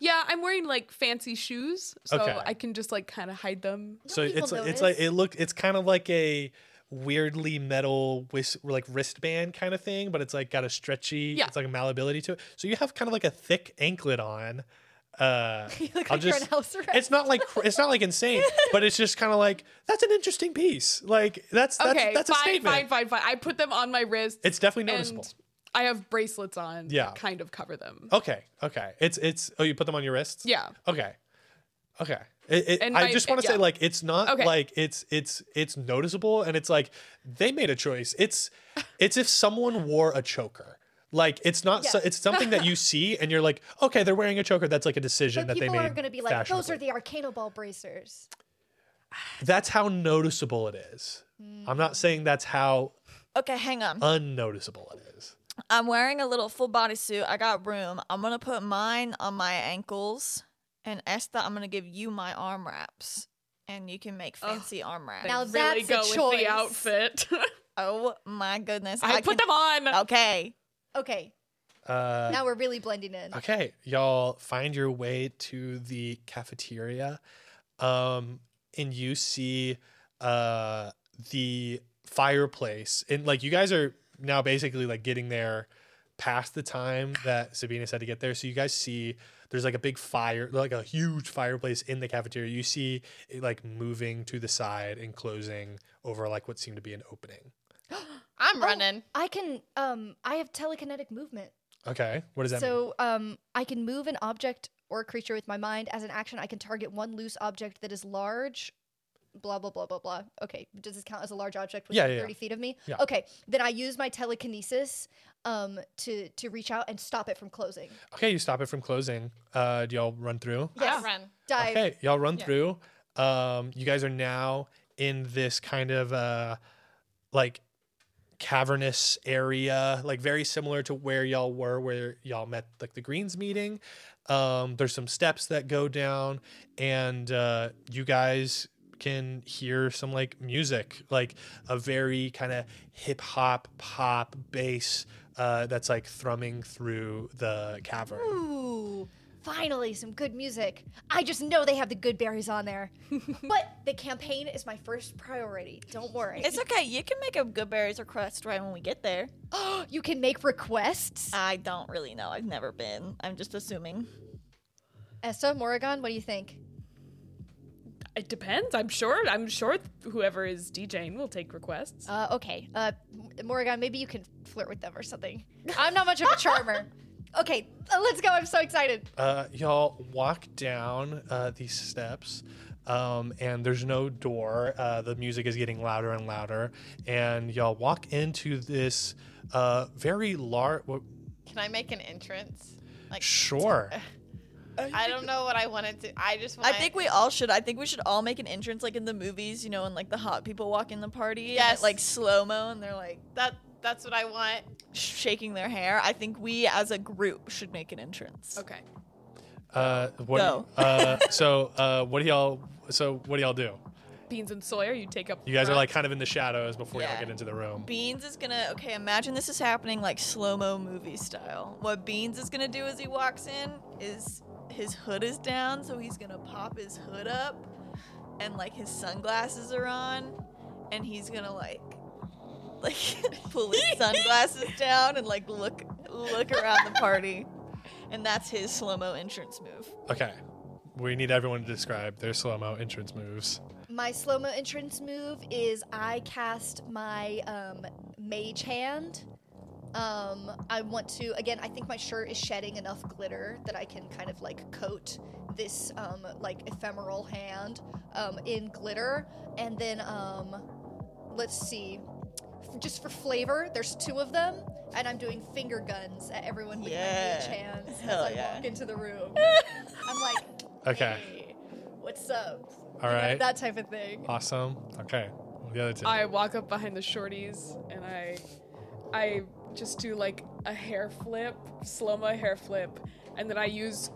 [SPEAKER 3] Yeah, I'm wearing like fancy shoes, so
[SPEAKER 1] Okay.
[SPEAKER 3] I can just like kind of hide them.
[SPEAKER 1] so
[SPEAKER 5] Nobody will
[SPEAKER 1] it's it's like
[SPEAKER 5] notice.
[SPEAKER 1] it look. It's kind of like a weirdly metal whis- like wristband kind of thing, but it's like got a stretchy.
[SPEAKER 3] Yeah.
[SPEAKER 1] It's like a malleability to it. So you have kind of like a thick anklet on. Uh,
[SPEAKER 5] You look
[SPEAKER 1] I'll
[SPEAKER 5] like you're on
[SPEAKER 1] just-
[SPEAKER 5] house arrest.
[SPEAKER 1] it's not like cr- it's not like insane, but it's just kind of like that's an interesting piece. Like that's that's
[SPEAKER 3] okay,
[SPEAKER 1] that's a
[SPEAKER 3] fine,
[SPEAKER 1] statement.
[SPEAKER 3] fine, fine, fine. I put them on my wrist.
[SPEAKER 1] It's definitely noticeable.
[SPEAKER 3] and I have bracelets on. that
[SPEAKER 1] Yeah. Oh.
[SPEAKER 3] kind of cover them.
[SPEAKER 1] Okay, okay. It's it's oh you put them on your wrists.
[SPEAKER 3] Yeah.
[SPEAKER 1] Okay. Okay. It, it-
[SPEAKER 3] And
[SPEAKER 1] I
[SPEAKER 3] my-
[SPEAKER 1] just want to
[SPEAKER 3] yeah.
[SPEAKER 1] say like it's not
[SPEAKER 3] Okay.
[SPEAKER 1] like it's it's it's noticeable and it's like they made a choice. It's it's if someone wore a choker. Like it's not so,
[SPEAKER 5] Yeah.
[SPEAKER 1] it's something that you see and you're like okay they're wearing a choker that's like a decision
[SPEAKER 5] But
[SPEAKER 1] that they
[SPEAKER 5] people
[SPEAKER 1] made.
[SPEAKER 5] aren't going to be like, those are
[SPEAKER 1] fashionably."
[SPEAKER 5] the Arcano Ball bracers.
[SPEAKER 1] That's how noticeable it is. I'm not
[SPEAKER 5] Hmm.
[SPEAKER 1] saying that's how
[SPEAKER 4] Okay, hang on.
[SPEAKER 1] unnoticeable it is.
[SPEAKER 4] I'm wearing a little full body suit. I got room. I'm gonna put mine on my ankles, and Esta, I'm gonna give you my arm wraps, and you can make fancy arm wraps.
[SPEAKER 5] Now
[SPEAKER 3] Really
[SPEAKER 5] that's
[SPEAKER 3] go
[SPEAKER 5] a
[SPEAKER 3] with
[SPEAKER 5] choice.
[SPEAKER 3] the outfit.
[SPEAKER 4] oh my goodness!
[SPEAKER 3] I, put
[SPEAKER 4] can-
[SPEAKER 3] them on.
[SPEAKER 4] Okay,
[SPEAKER 5] Okay,
[SPEAKER 1] Uh,
[SPEAKER 5] now we're really blending in.
[SPEAKER 1] Okay, y'all find your way to the cafeteria, um, and you see uh, the fireplace, and like you guys are now basically like getting there past the time that Sabina said to get there. So you guys see there's like a big fire, like a huge fireplace in the cafeteria. You see it like moving to the side and closing over like what seemed to be an opening.
[SPEAKER 2] I'm
[SPEAKER 5] Oh,
[SPEAKER 2] running.
[SPEAKER 5] I can, um, I have telekinetic movement.
[SPEAKER 1] Okay, what does that mean?
[SPEAKER 5] So, um, I can move an object or creature with my mind. As an action, I can target one loose object that is large. Blah blah blah blah blah. Okay, does this count as a large object within
[SPEAKER 1] Yeah, yeah, yeah.
[SPEAKER 5] thirty feet of me?
[SPEAKER 1] Yeah.
[SPEAKER 5] Okay, then I use my telekinesis, um, to to reach out and stop it from closing.
[SPEAKER 1] Okay, you stop it from closing. Uh, do y'all run through?
[SPEAKER 2] Yeah,
[SPEAKER 5] Yes.
[SPEAKER 2] run.
[SPEAKER 5] Dive.
[SPEAKER 1] Okay, y'all run through. Um, you guys are now in this kind of uh, like cavernous area, like very similar to where y'all were, where y'all met like the Greens meeting. Um, there's some steps that go down, and uh, you guys can hear some like music, like a very kind of hip hop, pop, bass uh, that's like thrumming through the cavern.
[SPEAKER 5] Ooh, finally some good music. I just know they have the good berries on there. but the campaign is my first priority. Don't worry.
[SPEAKER 4] It's okay. You can make a good berries request right when we get there.
[SPEAKER 5] you can make
[SPEAKER 6] Uh,
[SPEAKER 5] requests.
[SPEAKER 4] I don't really know. I've never been. I'm just assuming.
[SPEAKER 5] Esta, Morrigan, what do you think?
[SPEAKER 3] It depends. I'm sure. I'm sure whoever is DJing will take requests.
[SPEAKER 5] Uh, okay. Uh, M- Morrigan, maybe you can flirt with them or something. I'm not much of a charmer. Okay, uh, let's go. I'm so excited.
[SPEAKER 1] Uh, y'all walk down uh, these steps, um, and there's no door. Uh, the music is getting louder and louder, and y'all walk into this uh, very large. Well,
[SPEAKER 2] Can I make an entrance? Like,
[SPEAKER 1] sure.
[SPEAKER 2] I don't know what I wanted to. I just
[SPEAKER 6] I
[SPEAKER 2] want.
[SPEAKER 6] think we all should. I think we should all make an entrance, like in the movies, you know, and like the hot people walk in the party, and it,
[SPEAKER 2] Yes.
[SPEAKER 6] like slow mo, and they're like
[SPEAKER 2] that. That's what I want.
[SPEAKER 6] sh- shaking their hair. I think we as a group should make an entrance.
[SPEAKER 3] okay.
[SPEAKER 1] Uh, what,
[SPEAKER 6] Go.
[SPEAKER 1] uh, so uh, what do y'all? So what do y'all do?
[SPEAKER 3] Beans and Sawyer, you take up.
[SPEAKER 1] You guys are
[SPEAKER 3] front.
[SPEAKER 1] like kind of in the shadows before y'all
[SPEAKER 6] Yeah.
[SPEAKER 1] get into the room.
[SPEAKER 6] Beans is gonna okay. Imagine this is happening like slow mo movie style. What Beans is gonna do as he walks in is his hood is down, so he's gonna pop his hood up, and like his sunglasses are on, and he's gonna like like pull his sunglasses down and like look look around the party, and that's his slow mo entrance move.
[SPEAKER 1] Okay, we need everyone to describe their slow mo entrance moves.
[SPEAKER 5] My slow mo entrance move is I cast my um, mage hand. Um, I want to again. I think my shirt is shedding enough glitter that I can kind of like coat this um, like ephemeral hand um, in glitter, and then um, let's see. F- Just for flavor, there's two of them, and I'm doing finger guns at everyone with my
[SPEAKER 6] Yeah.
[SPEAKER 5] mage hands
[SPEAKER 6] Hell
[SPEAKER 5] as I
[SPEAKER 6] yeah.
[SPEAKER 5] walk into the room. I'm like,
[SPEAKER 1] Okay.
[SPEAKER 5] "Hey, what's up?
[SPEAKER 1] All right.
[SPEAKER 5] that type of thing.
[SPEAKER 1] Awesome. Okay. The other two.
[SPEAKER 3] I walk up behind the shorties and I, I just do like a hair flip, slow mo hair flip, and then I use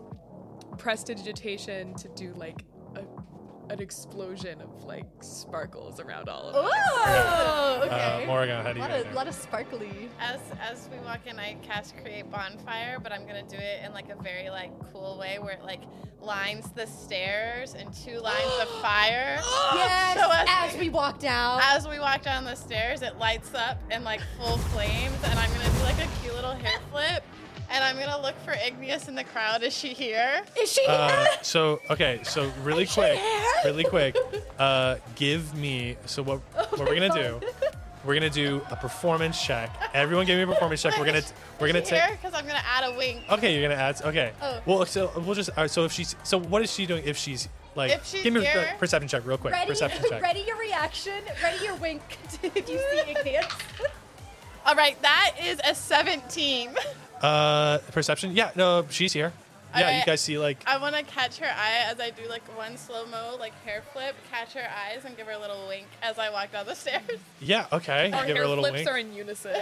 [SPEAKER 3] prestidigitation to do like a, an explosion of like sparkles around all of us.
[SPEAKER 5] Oh,
[SPEAKER 1] uh,
[SPEAKER 5] okay.
[SPEAKER 1] Morrigan, how do
[SPEAKER 5] a
[SPEAKER 1] you
[SPEAKER 5] lot
[SPEAKER 1] guys
[SPEAKER 5] of,
[SPEAKER 1] do?
[SPEAKER 5] lot of sparkly.
[SPEAKER 2] As as we walk in, I cast create bonfire, but I'm gonna do it in like a very like cool way where it like lines the stairs and two lines of fire.
[SPEAKER 5] yes,
[SPEAKER 2] So as-
[SPEAKER 5] as, we walk down.
[SPEAKER 2] As we walk down the stairs, it lights up in like full flames, and I'm gonna do like a cute little hair flip, and I'm gonna look for Igneous in the crowd. Is she here?
[SPEAKER 5] Is she
[SPEAKER 1] Uh, so okay, so really quick, really quick, uh, give me. So what?
[SPEAKER 2] Oh
[SPEAKER 1] what we're gonna do? We're gonna do a performance check. Everyone, give me a performance check. We're gonna we're gonna
[SPEAKER 2] Is she
[SPEAKER 1] take.
[SPEAKER 2] here? Because I'm gonna add a wink.
[SPEAKER 1] Okay, you're gonna add. Okay.
[SPEAKER 5] Oh.
[SPEAKER 1] Well, so we'll just. All right, so if she's. So what is she doing? If she's like,
[SPEAKER 2] If she's
[SPEAKER 1] give me a
[SPEAKER 2] here-
[SPEAKER 1] per- perception check real quick.
[SPEAKER 5] ready?
[SPEAKER 1] Perception check.
[SPEAKER 5] Ready your reaction. Ready your wink if you see Igneous.
[SPEAKER 2] All right, that is a 17.
[SPEAKER 1] Uh, perception. Yeah. No, she's here. yeah,
[SPEAKER 2] Okay.
[SPEAKER 1] you guys see like.
[SPEAKER 2] I want to catch her eye as I do like one slow mo like hair flip, catch her eyes, and give her a little wink as I walk down the stairs.
[SPEAKER 1] Yeah. Okay.
[SPEAKER 2] Oh,
[SPEAKER 3] Our
[SPEAKER 1] give her
[SPEAKER 3] hair
[SPEAKER 1] a little
[SPEAKER 3] flips
[SPEAKER 1] wink.
[SPEAKER 3] are in unison.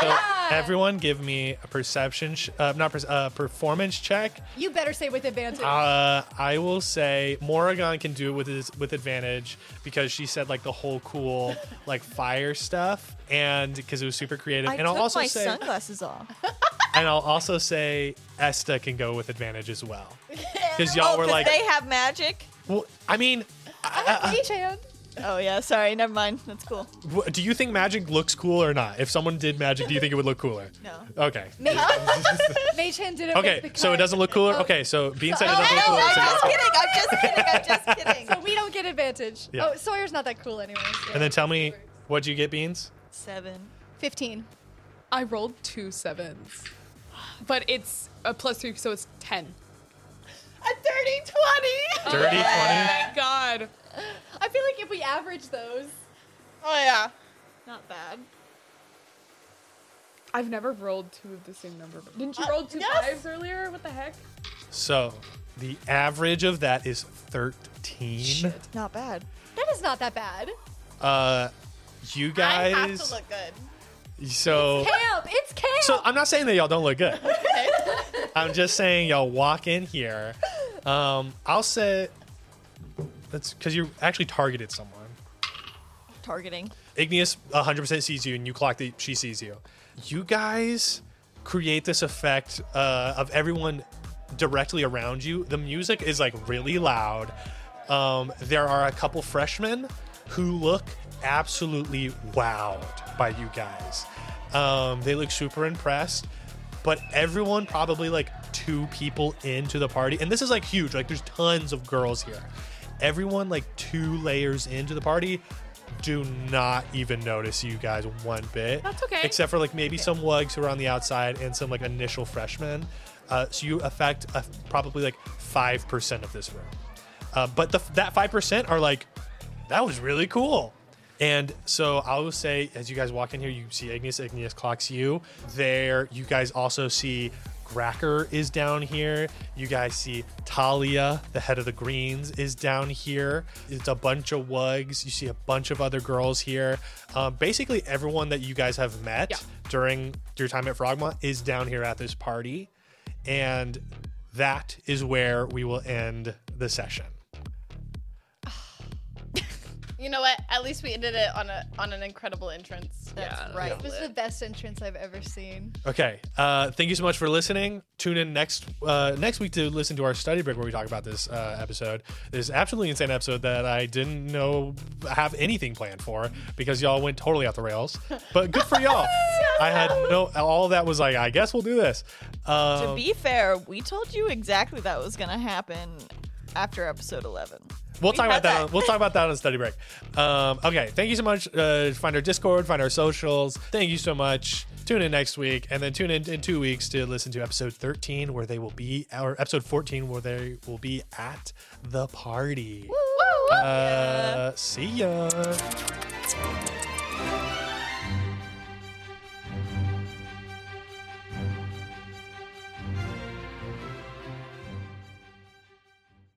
[SPEAKER 1] So everyone, give me a perception. Sh- uh, not per- uh, performance check.
[SPEAKER 5] You better say with advantage.
[SPEAKER 1] Uh, I will say Morrigan can do it with his, with advantage because she said like the whole cool like fire stuff, and because it was super creative.
[SPEAKER 4] I
[SPEAKER 1] and I'll
[SPEAKER 4] took
[SPEAKER 1] also
[SPEAKER 4] my
[SPEAKER 1] say,
[SPEAKER 4] sunglasses off.
[SPEAKER 6] Oh,
[SPEAKER 1] and I'll also say Esta can go with advantage as well because y'all
[SPEAKER 6] Oh,
[SPEAKER 1] were
[SPEAKER 6] 'cause
[SPEAKER 1] like,
[SPEAKER 6] they have magic.
[SPEAKER 1] well, I mean,
[SPEAKER 5] mage hand.
[SPEAKER 6] Oh yeah, sorry, never mind. That's cool.
[SPEAKER 1] w- do you think magic looks cool or not? If someone did magic, do you think it would look cooler?
[SPEAKER 6] No.
[SPEAKER 1] Okay.
[SPEAKER 5] Mage, mage hand didn't.
[SPEAKER 1] Okay,
[SPEAKER 5] make the
[SPEAKER 1] so it
[SPEAKER 5] cut.
[SPEAKER 1] doesn't look cooler.
[SPEAKER 5] Oh.
[SPEAKER 1] Okay, so being said, it
[SPEAKER 5] Oh,
[SPEAKER 1] doesn't look
[SPEAKER 5] no,
[SPEAKER 1] cooler.
[SPEAKER 5] I'm
[SPEAKER 1] so y'all-
[SPEAKER 5] just kidding.
[SPEAKER 6] I'm just kidding. I'm just kidding.
[SPEAKER 5] So we don't get advantage.
[SPEAKER 1] Yeah.
[SPEAKER 5] Oh, Sawyer's not that cool anyway.
[SPEAKER 1] and then tell me, what'd you get, Beans?
[SPEAKER 6] Seven.
[SPEAKER 5] Fifteen.
[SPEAKER 3] I rolled two sevens, but it's a plus three, so it's ten.
[SPEAKER 2] A dirty 20.
[SPEAKER 1] Dirty twenty.
[SPEAKER 3] Thank God.
[SPEAKER 5] I feel like if we average those,
[SPEAKER 2] Oh yeah.
[SPEAKER 6] Not bad.
[SPEAKER 3] I've never rolled two of the same number. but- Didn't you roll two fives
[SPEAKER 2] yes.
[SPEAKER 3] earlier? What the heck?
[SPEAKER 1] So the average of that is 13.
[SPEAKER 6] Not bad.
[SPEAKER 5] that is not that bad.
[SPEAKER 1] Uh, you guys.
[SPEAKER 2] I have to look good.
[SPEAKER 1] So. Oh.
[SPEAKER 5] Camp, it's camp.
[SPEAKER 1] So I'm not saying that y'all don't look good. I'm just saying, y'all walk in here. Um, I'll say that's because you actually targeted someone.
[SPEAKER 4] Targeting.
[SPEAKER 1] Igneous 100% sees you, and you clock that she sees you. You guys create this effect uh, of everyone directly around you. The music is like really loud. Um, there are a couple freshmen who look absolutely wowed by you guys. Um, they look super impressed, but everyone probably like two people into the party, and this is like huge. Like there's tons of girls here. Everyone like two layers into the party do not even notice you guys one bit.
[SPEAKER 3] That's okay.
[SPEAKER 1] Except for like maybe some wugs who are on the outside and some like initial freshmen. Uh, so you affect uh, probably like five percent of this room. Uh, but the, that five percent are like, that was really cool. And so I will say, as you guys walk in here, you see Ignis. Ignis clocks you there. You guys also see Gracker is down here. You guys see Talia, the head of the Greens, is down here. It's a bunch of wugs. You see a bunch of other girls here. Um, basically, everyone that you guys have met
[SPEAKER 3] Yeah.
[SPEAKER 1] during your time at Frogmont is down here at this party. And that is where we will end the session.
[SPEAKER 2] You know what? At least we ended it on a on an incredible entrance.
[SPEAKER 3] Yeah.
[SPEAKER 2] right.
[SPEAKER 5] It was the best entrance I've ever seen.
[SPEAKER 1] Okay. Uh, thank you so much for listening. Tune in next uh, next week to listen to our study break where we talk about this uh, episode. This absolutely insane episode that I didn't know have anything planned for because y'all went totally off the rails. But good for y'all. I had no. All that was like, I guess we'll do this. Um,
[SPEAKER 6] to be fair, we told you exactly that was going to happen after episode 11.
[SPEAKER 1] We'll
[SPEAKER 6] We
[SPEAKER 1] talk about
[SPEAKER 6] had
[SPEAKER 1] that.
[SPEAKER 6] that.
[SPEAKER 1] on, we'll talk about that on study break. Um, okay, thank you so much. Uh, find our Discord, find our socials. Thank you so much. Tune in next week, and then tune in in two weeks to listen to episode thirteen, where they will be, or episode fourteen, where they will be at the party. Uh, See ya.